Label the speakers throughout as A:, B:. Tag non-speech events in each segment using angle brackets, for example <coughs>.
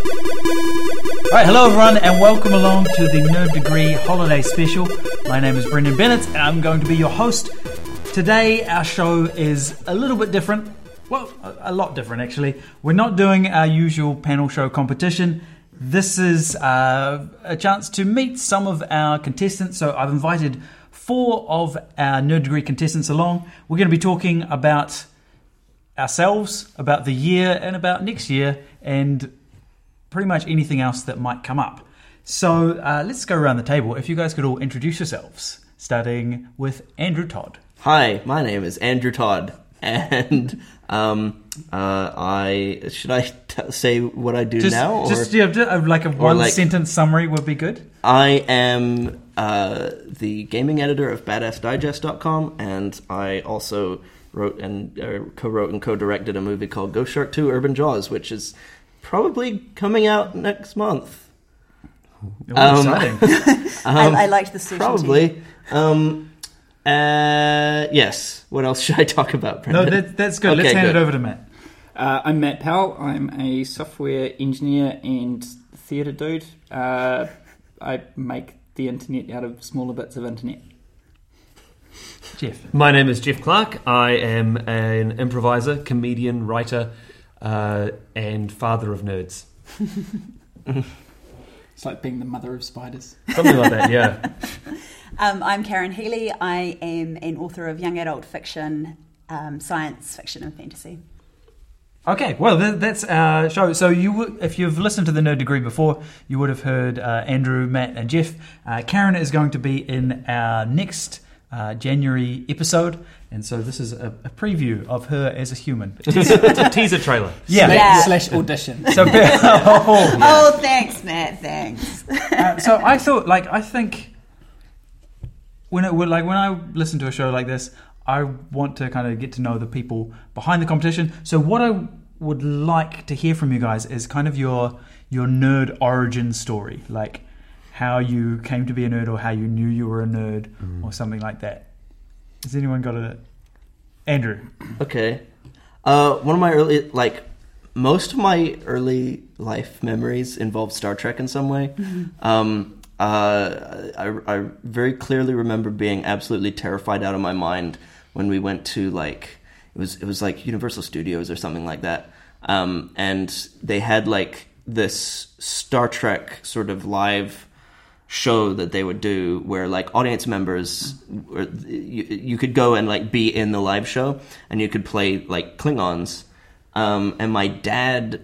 A: All right, hello everyone, and welcome along to the Nerd Degree Holiday Special. My name is Brendan Bennett, and I'm going to be your host. Today, our show is a little bit different. Well, a a lot different actually. We're not doing our usual panel show competition. This is uh, a chance to meet some of our contestants. So I've invited four of our Nerd Degree contestants along. We're going to be talking about ourselves, about the year, and about next year, and pretty much anything else that might come up. So uh, let's go around the table. If you guys could all introduce yourselves, starting with Andrew Todd.
B: Hi, my name is Andrew Todd, <laughs> and um, uh, I should I t- say what I do
A: Just,
B: now, or
A: just yeah, ju- uh, like a one
B: like-
A: sentence summary would be good.
B: I am uh, the gaming editor of BadassDigest.com, and I also wrote and uh, co-wrote and co-directed a movie called Ghost Shark Two: Urban Jaws, which is probably coming out next month.
A: Ooh,
B: Um,
A: exciting.
C: I, I liked the sushi.
B: Probably. Um, uh, yes. What else should I talk about,
A: no,
B: Brendan?
A: that, that's
B: <laughs>
A: good. Let's
B: Okay,
A: hand
B: good.
A: it over to Matt.
D: Uh, I'm Matt Powell. I'm a software engineer and theatre dude. Uh, I make the internet out of smaller bits of internet.
A: Jeff.
E: My name is Jeff Clark. I am an improviser, comedian, writer, uh, and father of nerds.
D: It's like being the mother of spiders.
E: Something like
B: <laughs>
E: that, yeah.
C: Um, I'm Karen Healy. I am an author of young adult fiction, um, science fiction, and fantasy.
A: Okay, well th- that's our show. So you, w- if you've listened to the Nerd Degree before, you would have heard uh, Andrew, Matt, and Jeff. Uh, Karen is going to be in our next uh, January episode, and so this is a, a preview of her as a human.
E: Teaser, teaser trailer.
A: Yeah.
C: Yeah.
D: Slash audition.
A: So, oh,
C: Oh, thanks, Matt. Thanks.
A: <laughs> Uh, so I thought, like, I think when it, when- like when I listen to a show like this, I want to kind of get to know the people behind the competition. So what I would like to hear from you guys is kind of your your nerd origin story, like how you came to be a nerd or how you knew you were a nerd or something like that. Has anyone got a Andrew?
B: Okay. Uh, one of my early, like, most of my early life memories involve Star Trek in some way. Um, uh, I, I very clearly remember being absolutely terrified out of my mind when we went to like it was it was like Universal Studios or something like that, um, and they had like this Star Trek sort of live show that they would do where like audience members were, you, you could go and like be in the live show and you could play like klingons um, and my dad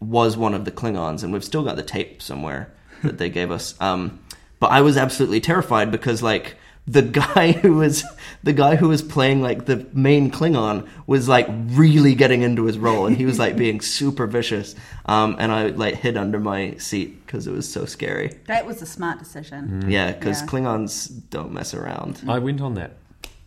B: was one of the klingons and we've still got the tape somewhere that they gave us um, but i was absolutely terrified because like the guy who was the guy who was playing like the main Klingon was like really getting into his role, and he was like being super vicious. Um, and I like hid under my seat because it was so scary.
C: That was a smart decision.
B: Yeah, because
C: Mm. Yeah.
B: Klingons don't mess around.
E: I went on that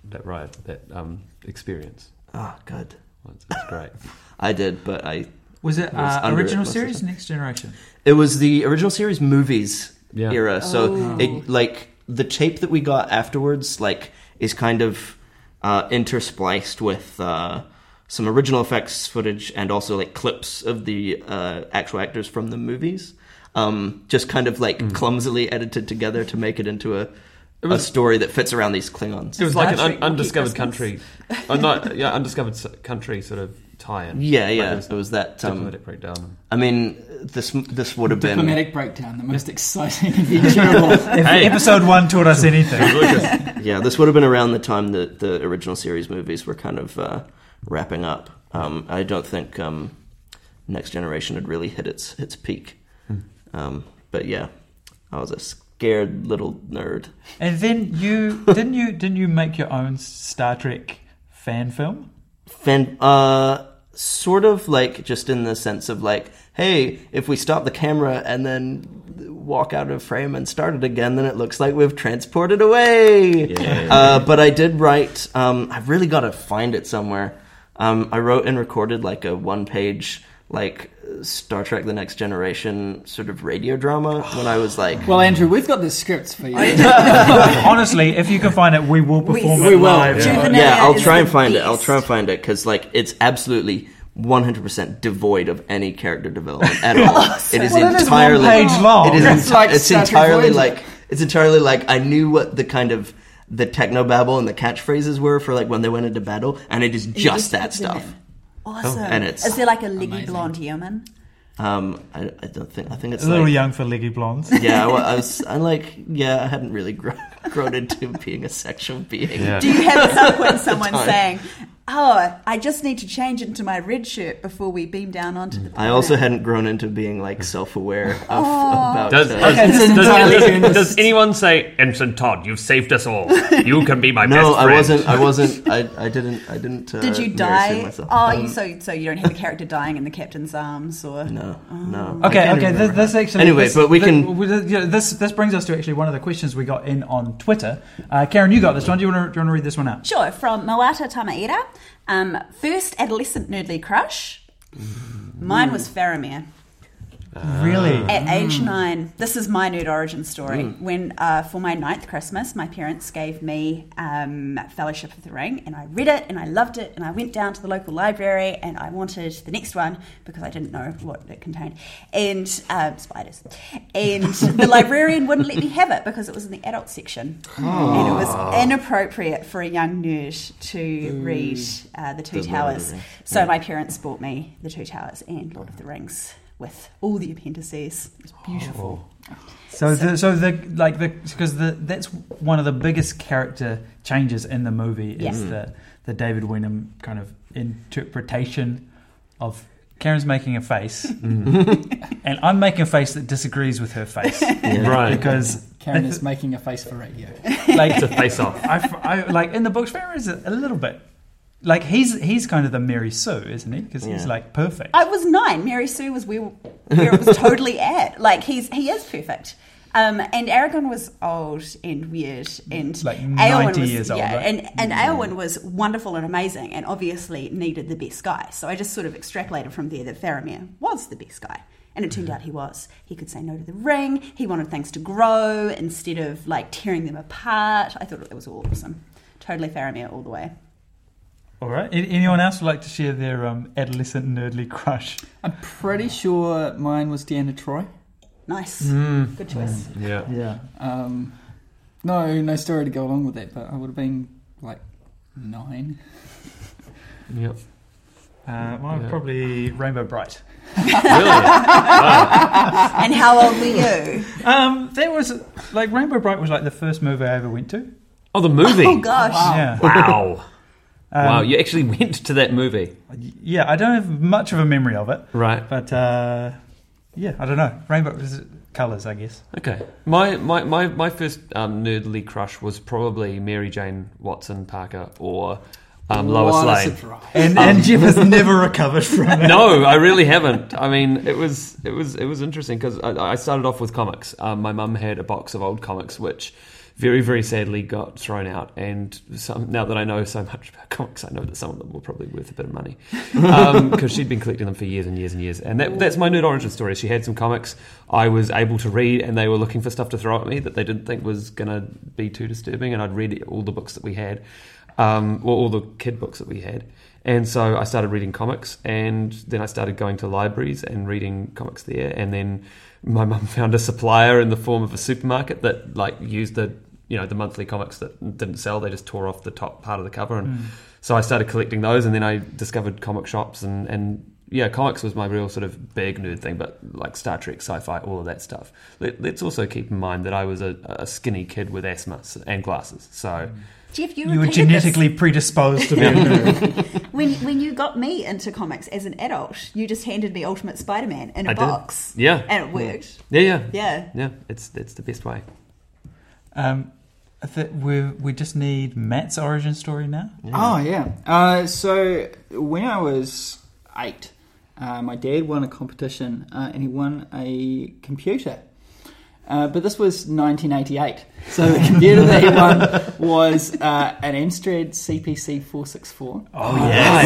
E: that ride, that um, experience.
B: Oh, good.
E: It's,
B: <laughs>
E: it's great.
B: I did, but I.
A: Was it
B: It was
A: uh,
B: under it
A: original
B: most of the
A: series, Next Generation?
B: It was the original series movies
E: Yeah.
B: era, so
C: Oh.
B: it like the tape that we got afterwards, like is kind of uh, interspliced with uh, some original effects footage and also like clips of the uh, actual actors from the movies. Um, just kind of like clumsily edited together to make it into a a story that fits around these Klingons.
E: It was like an
C: Star
E: un-
C: Trek
E: undiscovered
C: Wookiee Christmas.
E: country. Uh, not, yeah, undiscovered s- country sort of tie-in.
B: yeah,
E: Like
B: yeah,
E: it
B: it
E: was
B: was that. Um,
E: diplomatic breakdown.
B: I mean, this this would have been
D: Diplomatic breakdown, the most
E: <laughs>
D: exciting adventure of all.
A: If
E: Hey.
A: episode one taught us anything.
E: Lucas.
B: yeah, this would have been around the time that the original series movies were kind of uh, wrapping up. Um, I don't think um, Next Generation had really hit its its peak. Um, but yeah, I was a scared little nerd.
A: And then you didn't you didn't you make your own Star Trek fan film?
B: Fan, uh, sort of like just in the sense of like, hey, if we stop the camera and then walk out of frame and start it again, then it looks like we've transported away. Uh, but I did write. Um, I've really got to find it somewhere. Um, I wrote and recorded like a one-page like Star Trek: The Next Generation sort of radio drama when I was like,
D: Well, Andrew, we've got the scripts for you.
A: Honestly, if you can find it, we will perform
D: We
A: it
D: will.
A: live.
D: Yeah.
C: Juvenalia
B: yeah, I'll
C: is
B: try
C: the
B: and find it. I'll
C: best.
B: try and find it because like it's absolutely 100% devoid of any character development at all. it is
A: Well, it is one
B: entirely
A: page long.
B: It is
D: It's
B: enti-
D: like
B: it's
D: Star Trek
B: entirely
D: Voyager.
B: like it's entirely like I knew what the kind of the technobabble and the catchphrases were for like when they went into battle, and it is just,
C: You
B: that
C: put them
B: stuff. Oh,
C: in. Awesome.
B: and it's-
C: is there like a leggy
D: Amazing.
B: <laughs>
C: blonde human?
B: Um, I, I don't think I think it's
A: A little
B: like,
A: young for leggy blondes.
B: Yeah, <laughs> I, wa- I was. I'm like, yeah, I hadn't really grown, <laughs> grown into being a sexual being.
E: Yeah.
C: Do you have at some point someone
B: time.
C: saying, "Oh, I just need to change into my red shirt before we beam down onto the"?
B: I also hadn't grown into being like self-aware of about.
E: Does,
B: uh,
E: does,
D: this is
E: does-
D: entirely
E: does-
D: earnest.
E: does anyone say, Ensign Todd, you've saved
B: <laughs>
E: us all. You can be my
B: no,
E: best friend.
B: I wasn't. <laughs> I wasn't. I, I didn't. I didn't. Uh,
C: Did you
B: nurse in
C: die?
B: myself.
C: Oh, you,
B: Um,
C: so so you don't have a character dying in the captain's arms, or
B: No, no. I
A: Okay,
B: can't
A: okay. This,
B: remember.
A: this actually.
B: Anyway,
A: this-
B: but we
A: thi-
B: can-
A: we- th- yeah, This this brings us to actually one of the questions we got in on Twitter. Uh, Karen, you got this one. Do you want to, do you want to read this one out?
C: Sure, from Moata Tamaira. Um, first adolescent nerdly crush. Mine was Faramir.
A: Really?
C: At age nine, this is my nerd origin story. When, uh, for my ninth Christmas, my parents gave me um, Fellowship of the Ring, and I read it and I loved it, and I went down to the local library and I wanted the next one because I didn't know what it contained, and um, spiders. And the librarian wouldn't let me have it because it was in the adult section, and it was inappropriate for a young nerd to read uh, the Two
B: Mm. The Lord of the
C: Towers.
B: Rings.
C: So my parents bought me the Two Towers and Lord of the Rings with all the appendices. It was beautiful.
A: So, the, so the like the because the that's one of the biggest character changes in the movie is
C: Yeah.
E: Hmm.
A: the the David Wyndham kind of interpretation of Karen's making a face,
E: <laughs>
A: and I'm making a face that disagrees with her face
B: Yeah.
E: Right.
A: because
D: <laughs> Karen is making a face for radio.
A: like
E: It's a
B: <laughs>
E: face off.
A: I, I- like in the books Farrah is a, a little bit like he's he's kind of the Mary Sue, isn't he? Because he's
B: Yeah.
A: like perfect.
C: I was nine. Mary Sue was where, where it was totally at. Like he's he is perfect. Um, and Aragon was old and weird, and
A: Like
C: Aowen
A: 90
C: was,
A: years old,
C: Yeah,
A: right?
C: and and Aowen was wonderful and amazing, and obviously needed the best guy. So I just sort of extrapolated from there that Faramir was the best guy, and it turned out he was. He could say no to the ring. He wanted things to grow instead of like tearing them apart. I thought it was awesome. Totally Faramir all the way.
A: All right. An- Anyone else would like to share their um, adolescent nerdly crush?
D: I'm pretty sure mine was Deanna Troy.
C: Nice,
E: Mm,
C: good choice.
E: yeah.
A: Yeah.
D: Um, no, no story to go along with that, but I would have been like nine.
E: Yep.
A: Uh, well,
E: Yeah.
A: probably Rainbow Bright.
E: Really? Wow.
C: and how old were you?
A: Um, there was like Rainbow Bright was like the first movie I ever went to.
E: Oh, the movie.
C: Oh gosh.
A: Yeah.
E: Wow.
A: Um,
E: wow, you actually went to that movie.
A: Yeah, I don't have much of a memory of it,
E: Right.
A: but uh, yeah, I don't know. Rainbow was colors, I guess.
E: Okay. My my, my, my first um, nerdly crush was probably Mary Jane Watson Parker or um, Lois
D: what a
E: Lane.
D: surprise.
A: And,
E: Um,
A: and Jeff has
E: <laughs>
A: never recovered from that.
E: no, I really haven't. I mean, it was it was it was interesting because I, I started off with comics. Um, my mum had a box of old comics, which very very sadly got thrown out. And some, now that I know so much about <laughs> comics, I know that some of them were probably worth a bit of money because she'd been collecting them for years and years and years. And that, that's my nerd origin story. She had some comics I was able to read, and they were looking for stuff to throw at me that they didn't think was going to be too disturbing. And I'd read all the books that we had um, well, all the kid books that we had. And so I started reading comics, and then I started going to libraries and reading comics there. And then my mum <laughs> found a supplier in the form of a supermarket that like used the you know the monthly comics that didn't sell; they just tore off the top part of the cover. And so I started collecting those, and then I discovered comic shops and and. Yeah, comics was my real sort of big nerd thing, but like Star Trek, sci-fi, all of that stuff. Let, let's also keep in mind that I was a, a skinny kid with asthma and glasses, so
C: Jeff, you,
A: You were
C: repeated this.
A: genetically predisposed to be a nerd.
C: when when you got me into comics as an adult, you just handed me Ultimate Spider-Man in a
E: I did.
C: box,
E: Yeah.
C: and it worked.
E: Yeah, yeah, yeah.
C: Yeah,
E: it's it's the best way.
A: Um, I think we we just need Matt's origin story now.
D: Oh yeah. Uh, so when I was eight, uh, my dad won a competition uh, and he won a computer. Uh, but this was 1988, so the computer that he won was uh, an Amstrad CPC 464.
A: Oh
E: yeah.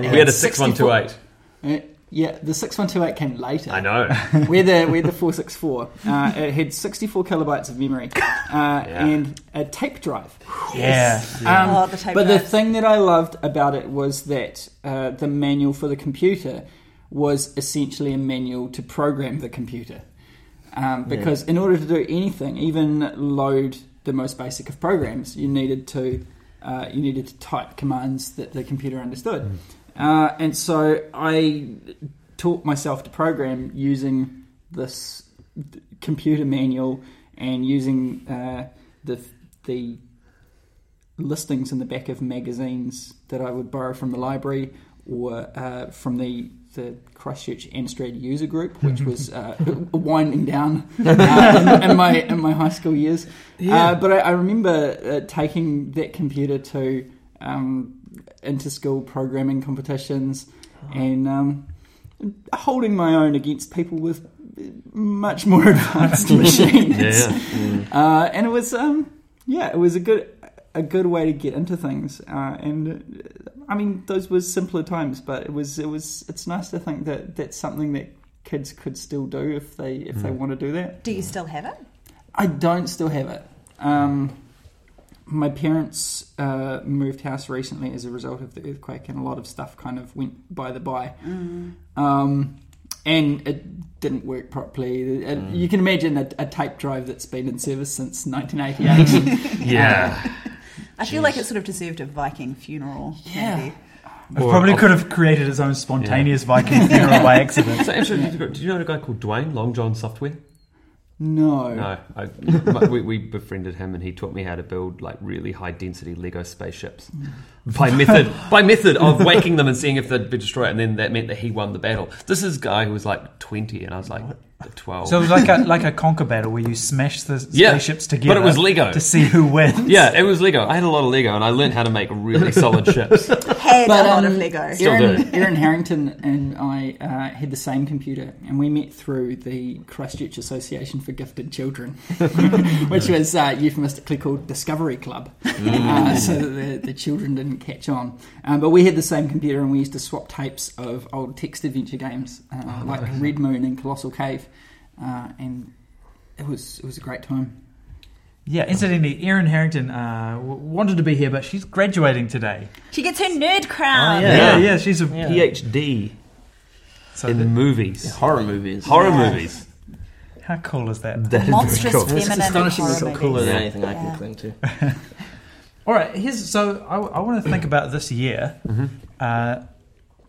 D: yeah.
E: We had a six one two eight.
D: Uh, Yeah, the 6128 came later. <laughs>
E: I know.
D: We're the, we're the 464. Uh, it had 64 kilobytes of memory uh, and a tape drive.
A: Yeah.
D: Um,
C: Oh, the tape
D: but the
C: drives.
D: thing that I loved about it was that uh, the manual for the computer was essentially a manual to program the computer. Um, because in order to do anything, even load the most basic of programs, you needed to uh, you needed to type commands that the computer understood. Uh, and so I taught myself to program using this d- computer manual and using uh, the the listings in the back of magazines that I would borrow from the library or uh, from the the Christchurch Amstrad user group, which was uh, winding down uh, in, in my in my high school years. Uh, but I, I remember uh, taking that computer to um, inter school programming competitions and um, holding my own against people with much more <laughs> advanced machines.
E: yeah.
D: Uh, and it was um, yeah, it was a good a good way to get into things. Uh, and uh, I mean, those were simpler times, but it was it was it's nice to think that that's something that kids could still do if they if they want to do that.
C: Do you still have it?
D: I don't still have it. Um, my parents uh, moved house recently as a result of the earthquake, and a lot of stuff kind of went by the by.
C: Mm.
D: Um, and it didn't work properly. It- You can imagine a, a tape drive that's been in service since 1988.
E: Yeah.
C: I feel like it sort of deserved a Viking funeral.
D: Yeah.
C: maybe.
A: It
E: Or-
A: probably could have created its own spontaneous Viking funeral by
E: <laughs>
A: accident.
E: So, actually, did you- did you know a guy called Dwayne Long John Software?
D: no.
E: No, I, my- we, we befriended him, and he taught me how to build like really high density Lego spaceships by method by method of waking them and seeing if they'd be destroyed, and then that meant that he won the battle. This is a guy who was like twenty, and I was like twelve.
A: So it was like a like a conquer battle where you smash the
E: Yeah,
A: spaceships together,
E: but it was Lego.
A: to see who wins.
E: yeah, it was Lego. I had a lot of Lego, and I learned how to make really solid ships.
C: Had
D: But,
C: a lot of
D: um,
C: Lego.
E: Still
D: Aaron,
E: do.
D: Aaron Harrington and I uh, had the same computer, and we met through the Christchurch Association for Gifted Children, <laughs> which was uh, euphemistically called Discovery Club,
E: Mm.
D: uh, so that the, the children didn't catch on. Um, but we had the same computer, and we used to swap tapes of old text adventure games
E: Oh,
D: uh, like Red Moon and Colossal Cave, uh, and it was it was a great time.
A: Yeah, incidentally, Erin Harrington uh, w- wanted to be here, but she's graduating today.
C: She gets her nerd crown.
B: Oh, yeah.
A: yeah, yeah, she's a
E: PhD
A: So
E: in
A: the-
E: movies,
B: Horror movies.
E: horror movies.
A: how cool is that?
E: That is
C: Monstrous feminine
D: It's astonishingly
C: horror
D: so cool,
B: Cooler
C: movies.
B: than anything I
C: Yeah.
B: can cling to.
A: All right, here's so I, want to think about this year.
B: Mm-hmm.
A: Uh,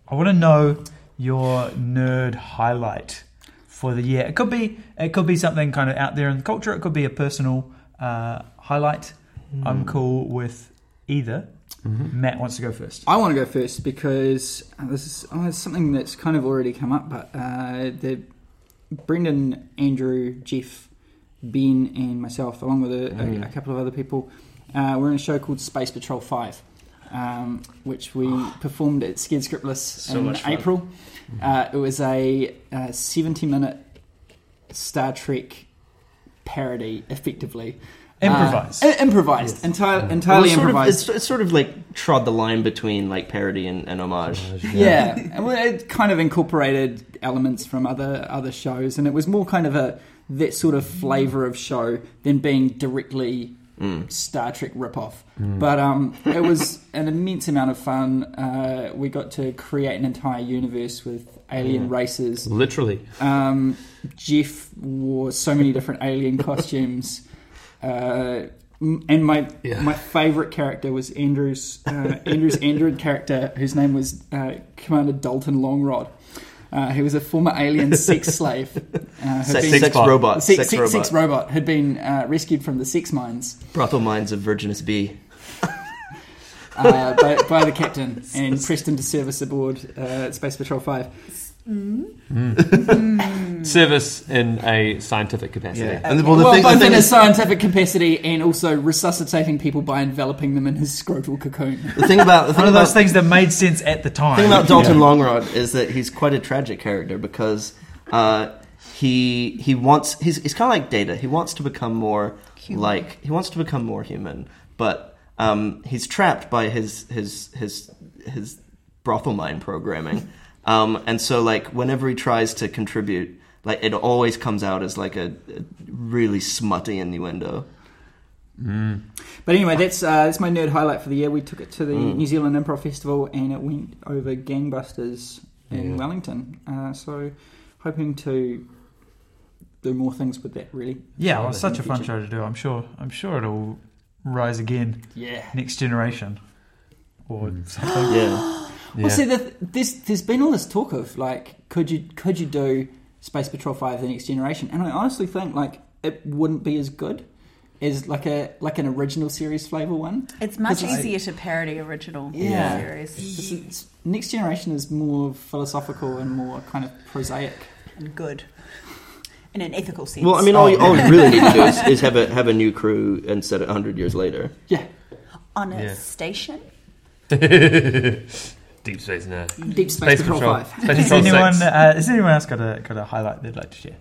A: I want to know your nerd highlight for the year. It could be it could be something kind of out there in the culture. It could be a personal uh, highlight. I'm cool with either.
B: Mm-hmm.
A: Matt wants to go first.
D: I want to go first because uh, this is oh, it's something that's kind of already come up, but uh, the Brendan, Andrew, Jeff, Ben, and myself, along with a, a,
B: Mm.
D: a couple of other people, uh, we're in a show called Space Patrol Five, um, which we performed at Scared Scriptless in
B: Oh. much fun. Mm-hmm.
D: April. Uh, it was a, uh seventy-minute Star Trek parody, effectively. Uh,
A: Improvised.
D: i- improvised. Entire,
B: Well,
D: entirely
B: it's, sort of,
D: improvised.
B: it's, it's sort of like trod the line between like parody and, and homage.
D: yeah, And well, it kind of incorporated elements from other other shows, and it was more kind of a that sort of flavour of show than being directly Star Trek ripoff. But um, it was an immense amount of fun. Uh, we got to create an entire universe with alien races.
E: literally.
D: Um, Jeff wore so many different alien costumes. Uh, m- and my
E: Yeah.
D: my favourite character was Andrew's uh, Andrew's android character, whose name was uh, Commander Dalton Longrod. Uh, he was a former alien
B: <laughs>
D: sex slave. Uh, who'd
B: Sex,
D: been-
B: sex,
E: Sexbot.
B: robot.
D: sex,
B: Sex,
D: sex-
B: robot.
D: sex robot had been uh, rescued from the sex mines
B: Brothel minds of Virginus B.
D: uh, by, by the
B: <laughs>
D: captain and pressed into service aboard uh, Space Patrol Five.
E: Service in a scientific capacity.
B: And the, well, the
D: well,
B: thing, the
D: both
B: thing
D: in his
B: is,
D: scientific capacity and also resuscitating people by enveloping them in his scrotal cocoon.
B: the thing about the thing
A: One of
B: about
A: those things that made sense at the time.
B: thing about Dalton Longrod is that he's quite a tragic character because uh, he he wants he's he's kind of like Data. He wants to become more like he wants to become more human, but um, he's trapped by his his his his brothel mind programming. Um, and so like whenever he tries to contribute, like it always comes out as like a, a really smutty innuendo.
D: But anyway, that's uh, that's my nerd highlight for the year. We took it to the
B: Mm.
D: New Zealand Improv Festival, and it went over gangbusters in Wellington. Uh, so, hoping to do more things with that. Really,
A: Yeah, well,
D: Rather
A: it's
D: than
A: such a fun show
D: feature.
A: to do. I'm sure. I'm sure it'll rise again.
D: Yeah.
A: Next generation, or <laughs> something.
B: <gasps> Yeah,
E: Yeah.
D: Well, see, the, this, there's been all this talk of like, could you could you do Space Patrol Five: The Next Generation? And I honestly think like it wouldn't be as good as like a like an original series flavor one.
C: It's much
D: Because I-
C: easier to parody original
D: Yeah.
C: series
D: It's- it's- Next Generation is more philosophical and more kind of prosaic.
C: and good in an ethical sense.
B: Well, I mean, all, you, all you really need to do is, is have a have a new crew and set it hundred years later.
D: Yeah,
C: on a
E: Yeah.
C: station.
E: <laughs> Deep Space Nine.
D: Deep Space,
E: Space
D: Patrol,
E: Patrol.
D: Five. <laughs>
A: <laughs>
E: Space
A: Has
E: Patrol
A: anyone,
E: 6.
A: uh, has anyone else got a got a highlight they'd like to <laughs> share?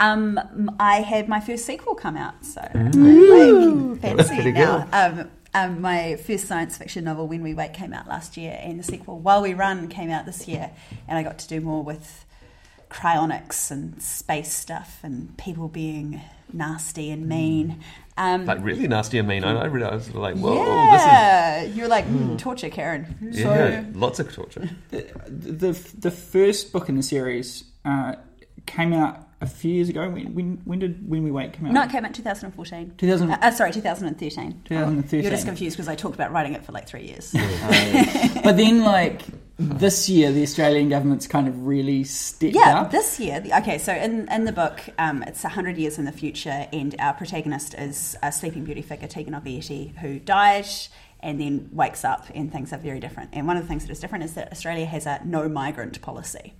C: Um, m- I had my first sequel come out, so
E: Ah.
C: like, fancy
E: pretty
C: now. Um, um, my first science fiction novel, When We Wake, came out last year, and the sequel, While We Run, came out this year, and I got to do more with cryonics and space stuff and people being nasty and mean. Um,
E: Hmm. Like really nasty and mean. I, I read. it, I was like, whoa, this
C: yeah, you're like mm, torture, Karen.
E: is
C: So
E: yeah, lots of torture.
D: the the first book in the series uh, came out a few years ago. When when, when did When We Wake come out?
C: no, it came out in 2014.
D: 2000
C: Uh, uh, sorry, 2013.
D: 2013.
C: You're just confused because I talked about writing it for like three years.
D: but then like this year, the Australian government's kind of really stepped
C: Yeah,
D: up.
C: this year. the- Okay, so in, in the book, um, it's 100 years in the future, and our protagonist is a Sleeping Beauty figure, Tegan Obieti, who died and then wakes up, and things are very different. And one of the things that is different is that Australia has a no migrant policy,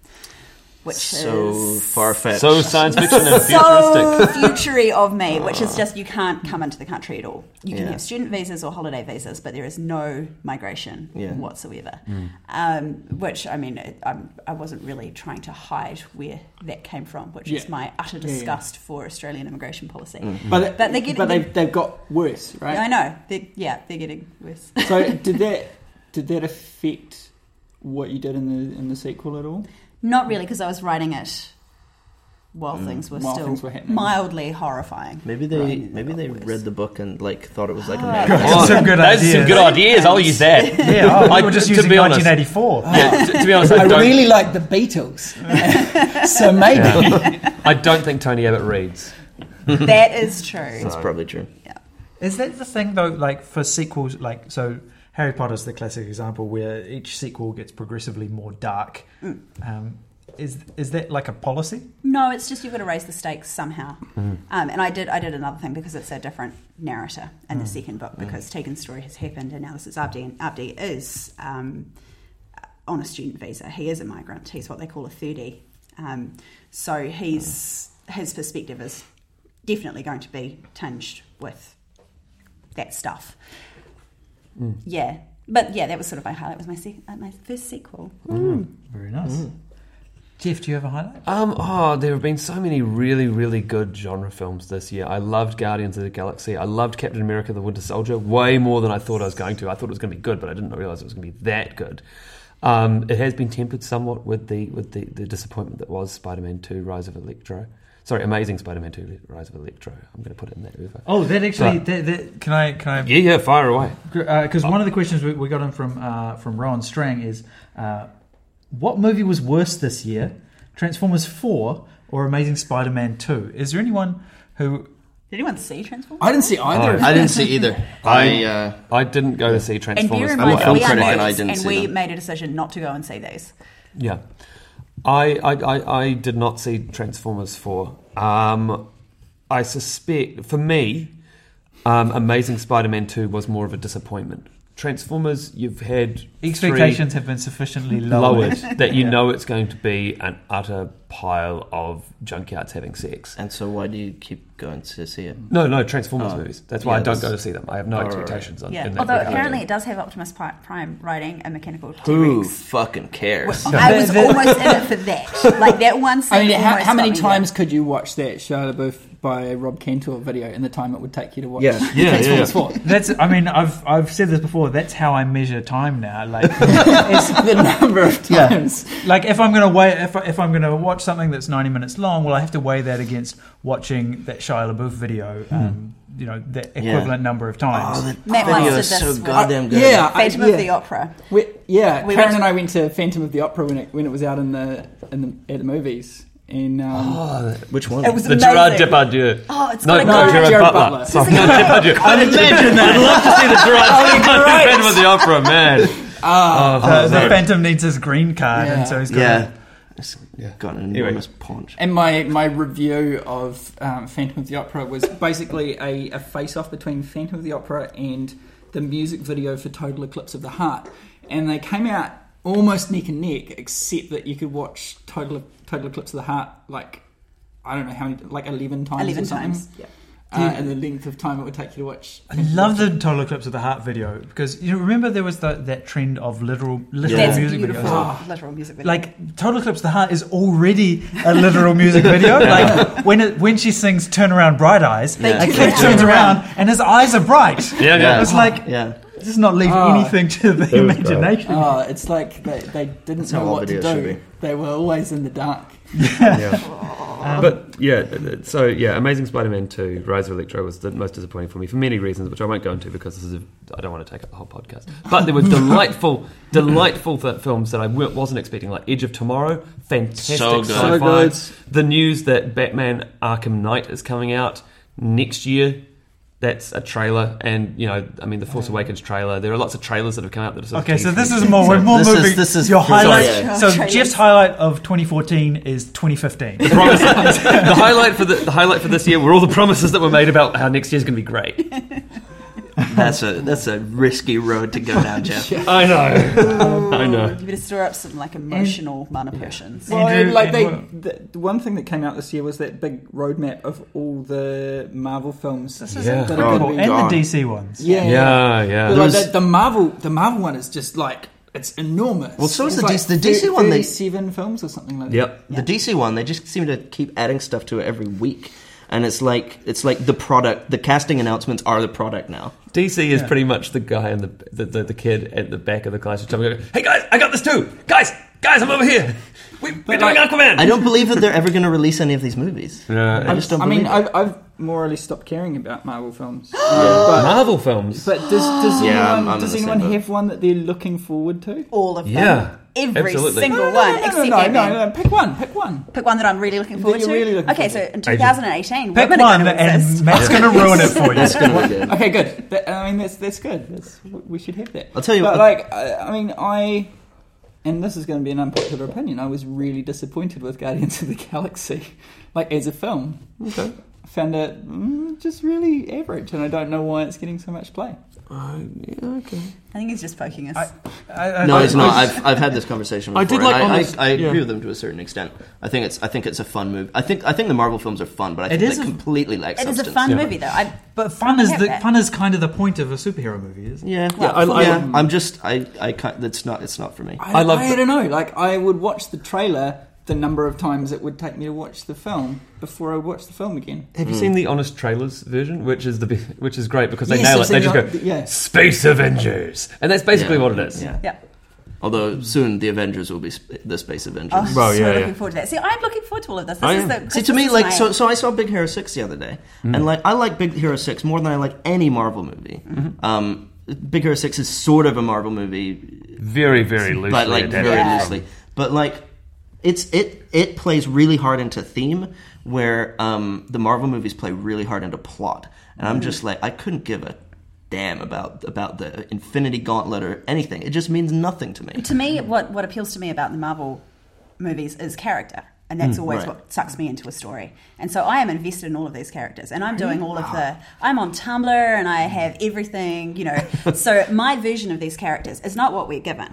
C: which
B: So
C: is
B: far fetched.
E: So science fiction
C: <laughs>
E: and
C: so
E: futuristic.
C: futury of me, which is just you can't come into the country at all. You can
B: Yeah.
C: have student visas or holiday visas, but there is no migration
B: Yeah.
C: whatsoever.
D: Hmm.
C: Um, which I mean, it, I'm, I wasn't really trying to hide where that came from, which is
D: Yeah.
C: my utter
D: Yeah, yeah.
C: disgust for Australian immigration policy.
D: But,
C: But they get-
D: but
C: they-
D: they've, they've got worse,
C: I
D: right?
C: know. They're, yeah, they're getting worse. <laughs>
D: so did that did that affect what you did in the in the sequel at all?
C: Not really, because I was writing it while things were
D: Hmm. While
C: still
D: things were happening.
C: mildly
D: <laughs>
C: horrifying.
B: Maybe they
D: Right.
B: maybe they
C: Always.
B: read the book and like thought it was like a <laughs>
E: Oh,
B: manual.
A: That's some good
E: those are
A: ideas.
E: some
A: <laughs>
E: good ideas. I'll use that.
A: Yeah, oh, we were
E: I-
A: just
E: to
A: using
E: be
A: 1984.
E: honest- Yeah, to, to be honest, I,
D: <laughs>
C: <laughs>
D: I
E: don't.
D: really like the Beatles, <laughs> so maybe.
E: I don't think Tony Abbott reads.
C: that is true.
B: That's probably true.
A: Is that the thing though? Like for sequels, like so, Harry Potter's the classic example where each sequel gets progressively more dark. Um, is is that like a policy?
C: No, it's just you've got to raise the stakes somehow.
D: Mm.
C: Um, and I did I did another thing because it's a different narrator in
D: Mm.
C: the second book because Tegan's story has happened and now this is Abdi and Abdi is um, on a student visa. He is a migrant. He's what they call a foodie. Um, so he's his perspective is definitely going to be tinged with that stuff.
D: Mm.
C: Yeah. But yeah, that was sort of my highlight. Was my se- uh, my first sequel.
A: Mm. Very nice. Jeff, do you have a highlight?
E: Um, oh, there have been so many really, really good genre films this year. I loved Guardians of the Galaxy. I loved Captain America: The Winter Soldier way more than I thought I was going to. I thought it was going to be good, but I didn't realize it was going to be that good. Um, it has been tempered somewhat with the with the, the disappointment that was Spider-Man Two: Rise of Electro. Sorry, Amazing Spider-Man Two: Rise of Electro. I'm going to put it in that river.
A: Oh, that actually.
E: But-
A: that, that, can I? Can I?
E: Yeah, yeah, fire away.
A: because uh,
E: Oh.
A: one of the questions we, we got in from uh, from Rowan Strang is, uh, what movie was worse this year, Transformers Four or Amazing Spider-Man Two? Is there anyone who?
C: Did anyone see Transformers?
D: I didn't see either. of
B: I didn't see either. I uh,
E: I didn't go to see
C: And bear
E: Transformers.
C: in
E: four.
C: mind
B: a
C: that
B: film
C: we are
B: critic and I
C: nerds,
B: didn't
C: and
B: see
C: we
B: them.
C: made a decision not to go and see these.
E: Yeah. I, I, I, I did not see Transformers 4. Um, I suspect, for me, um, Amazing Spider Man 2 was more of a disappointment. Transformers, you've had three
A: <laughs> Expectations have been sufficiently lowered.
E: <laughs> lowered that you know it's going to be an utter pile of junkyards having sex.
B: And so, why do you keep going to see it?
E: No, no, Transformers
B: Oh.
E: movies. That's why
B: Yeah,
E: I don't
B: this-
E: go to see them. I have no
B: Oh, right, right.
E: expectations on.
C: Yeah.
E: in that
C: Although
E: regard.
C: apparently it does have Optimus Pi- Prime riding a mechanical T
B: Who <laughs>
C: Rex.
B: fucking cares?
C: I was almost in it for that. Like that one scene.
D: I mean, how,
C: almost
D: how many
C: got me
D: times could you watch that Shia LaBeouf by Rob Cantor video in the time it would take you to watch? <laughs>
B: Yeah.
E: Yeah, yeah, yeah.
D: Transformers <laughs>
A: That's. I mean, I've I've said this before. That's how I measure time now. Like, <laughs> it's,
D: 4? the number of
A: Yeah.
D: times.
A: like if I'm gonna wait, if, I- if I'm gonna watch something that's 90 minutes long, well, I have to weigh that against watching that Shia LaBeouf video.
E: Hmm.
A: Um, You know, the equivalent number of times.
B: Oh, that
C: Matt
B: video
C: wants
B: is
C: to
B: so
C: this one.
B: goddamn good.
D: Yeah, I-
C: Phantom
D: yeah.
C: of the Opera.
D: We, yeah,
C: We
D: Karen
C: went-
D: and I went to Phantom of the Opera when it when it was out in the in the at the movies. In um,
E: Oh, which one?
C: It was
E: the
C: amazing.
E: Gerard Depardieu.
C: Oh, it's
E: no,
C: got a
E: no,
C: guy-
E: Gerard,
D: Gerard
E: Butler.
D: Butler.
E: Sorry, not Depardieu. I'd imagine that. <laughs> I'd love to see the
A: Oh,
E: Gerard Butler Phantom of the Opera, man.
A: <laughs>
E: Oh,
A: Uh, the
E: sorry.
A: Phantom needs his green card, and so he's got.
B: yeah. It's
E: Yeah.
B: got an
E: Anyway.
B: enormous paunch.
D: and my my review of um, Phantom of the Opera was basically a, a face off between Phantom of the Opera and the music video for Total Eclipse of the Heart, and they came out almost neck and neck, except that you could watch Total E, Total Eclipse of the Heart like I don't know how many like eleven times.
C: Eleven
D: or something.
C: times. Yeah.
D: Uh, and the length of time it would take you to watch.
A: I love the Total Eclipse of the Heart video because you remember there was the, that trend of literal literal
C: That's
A: music
C: beautiful. Oh,
A: videos.
C: Literal music video.
A: Like Total Eclipse of the Heart is already a literal
B: <laughs>
A: music video. Like when it, when she sings "Turn Around, Bright Eyes,"
C: They
A: like
C: do
A: Cliff
C: that.
A: turns
C: Turn
A: around
C: around.
A: and his eyes are bright.
E: Yeah, yeah.
A: It's like
B: Yeah.
A: does not leave
D: Oh.
A: anything to the
E: was great.
A: imagination.
D: Oh, it's like they, they didn't
B: That's how
D: know
B: all
D: what to
B: videos should
D: do.
B: be.
D: They were always in the dark.
A: Um,
E: but yeah, th- th- so yeah, Amazing Spider-Man Two: Rise of Electro was the most disappointing for me for many reasons, which I won't go into because this is a, I don't want to take up the whole podcast. But <laughs> there were delightful, delightful th- films that I w- wasn't expecting, like Edge of Tomorrow, fantastic
B: So good.
E: sci-fi.
B: So
D: good.
E: The news that Batman: Arkham Knight is coming out next year. That's a trailer, and you know, I mean, the Force Awakens trailer. There are lots of trailers that have come out that are sort of
A: Okay, so
E: teasing
A: this is
B: <laughs>
E: things.
A: more. We're more
B: this is-
A: moving.
B: this is-
A: your
B: sorry,
A: highlight.
C: yeah.
A: So
C: Trailers.
A: Jeff's highlight of 2014 is 2015.
B: Oh,
E: The promise- the highlight for the, the highlight for this year were all the promises that were made about how next year's going to be great.
B: That's a that's a risky road to go down, <laughs> Jeff.
E: I know. I know.
C: you better stir up some like emotional mana potions.
D: Well,
A: Andrew,
D: like they,
A: and
D: the, the one thing that came out this year was that big roadmap of all the Marvel films.
E: is Yeah.
D: that are
A: Incredible.
D: gonna be-
A: and
B: God.
A: the DC ones.
D: yeah,
E: Yeah,
D: But
E: yeah.
D: like
B: There's-
D: the, the Marvel, the Marvel one is just like it's enormous.
B: Well, so is
D: It's
B: the DC
D: like
B: the DC one they-
D: Thirty-seven films or something like that.
E: Yep.
B: The DC one, they just seem to keep adding stuff to it every week. And it's like it's like the product the casting announcements are the product now.
E: DC is
A: Yeah.
E: pretty much the guy and the, the, the the kid at the back of the class who's telling me, "Hey guys, I got this too. Guys, guys, I'm over here. We, we're doing
D: like-
E: Aquaman." uh,
B: I don't believe that they're ever gonna release any of these movies.
E: yeah.
B: I just don't
D: I mean,
B: believe it.
D: I've, I've more or less stopped caring about Marvel films. Uh,
E: Marvel films.
D: but, but does, does
B: Yeah, I'm-
D: anyone,
B: I'm in
D: does
B: the same
D: anyone
B: boat.
D: have one that they're looking forward to?
C: All of them.
E: Yeah,
C: Every
E: absolutely.
D: No,
C: single
D: no, no,
C: one,
D: no,
C: except
D: no, no,
C: Ant-Man.
D: no, no, pick one, pick one.
C: Pick one that I'm really looking forward
D: you're
C: to.
D: really looking
C: okay, so
D: forward
C: in 2018,
A: Pick
C: women
A: one,
C: are going to
A: and <laughs>
C: exist.
A: Matt's going to ruin it for
B: <laughs>
A: you.
B: That's gonna be good.
D: Okay, good. That, I mean, that's that's good. That's we should have that.
B: I'll tell you
D: But
B: what-
D: like, I, I mean, I and this is going to be an unpopular opinion. I was really disappointed with Guardians of the Galaxy, like as a film.
E: Okay.
D: I found it mm, just really average, and I don't know why it's getting so much play.
C: I think he's just poking us.
A: I- I-
B: No,
A: I-
B: it's not. I've, I've had this conversation. Before,
E: I
B: I
E: did like on
B: I,
E: this-
B: I, agree
E: yeah.
B: with them to a certain extent. I think it's I think it's a fun movie. I think I think the Marvel films are fun, but I think
A: is
B: they
A: a-
B: completely lack
C: it is a
B: substance.
C: fun movie, though. I,
A: But fun is
C: have
A: the
C: that.
A: fun is kind of the point of a superhero movie, isn't it?
B: Yeah,
C: Well,
B: yeah,
E: I- I-
B: yeah. I'm just I I can't, it's not it's not for me.
D: I,
E: I love
D: I
E: the-
D: don't know. Like, I would watch the trailer the number of times it would take me to watch the film before I would watch the film again.
E: Have you seen the honest trailers version, which is the be- which is great because they
D: Yes,
E: nail
D: I've
E: it. They
D: seen
E: just
D: the-
E: go
D: yeah.
E: Space Avengers, and that's basically
B: Yeah.
E: what it is.
B: Yeah.
C: yeah.
B: Although soon the Avengers will be sp- the Space Avengers.
C: Oh, I'm <laughs>
E: Well,
C: so
E: yeah,
C: looking
E: yeah.
C: forward to that. See, I'm looking forward to all of this. This
E: I
C: is
E: am.
C: the
B: See,
C: Christmas
B: to me,
C: is
B: like
C: my-
B: so, so I saw Big Hero Six the other day,
E: Mm-hmm.
B: and like I like Big Hero Six more than I like any Marvel movie.
E: Mm-hmm.
B: Um, Big Hero Six is sort of a Marvel movie,
E: Very, very loosely
B: but like
E: adapted
B: very
E: from-
B: loosely. But like, it's it it plays really hard into theme, where um, the Marvel movies play really hard into plot, and I'm
C: Mm-hmm.
B: just like, I couldn't give a damn about about the Infinity Gauntlet or anything. It just means nothing to me.
C: To me, what, what appeals to me about the Marvel movies is character. and that's always
B: right.
C: what sucks me into a story. And so I am invested in all of these characters, and I'm doing all of the. I'm on Tumblr, and I have everything, you know. so my version of these characters is not what we're given.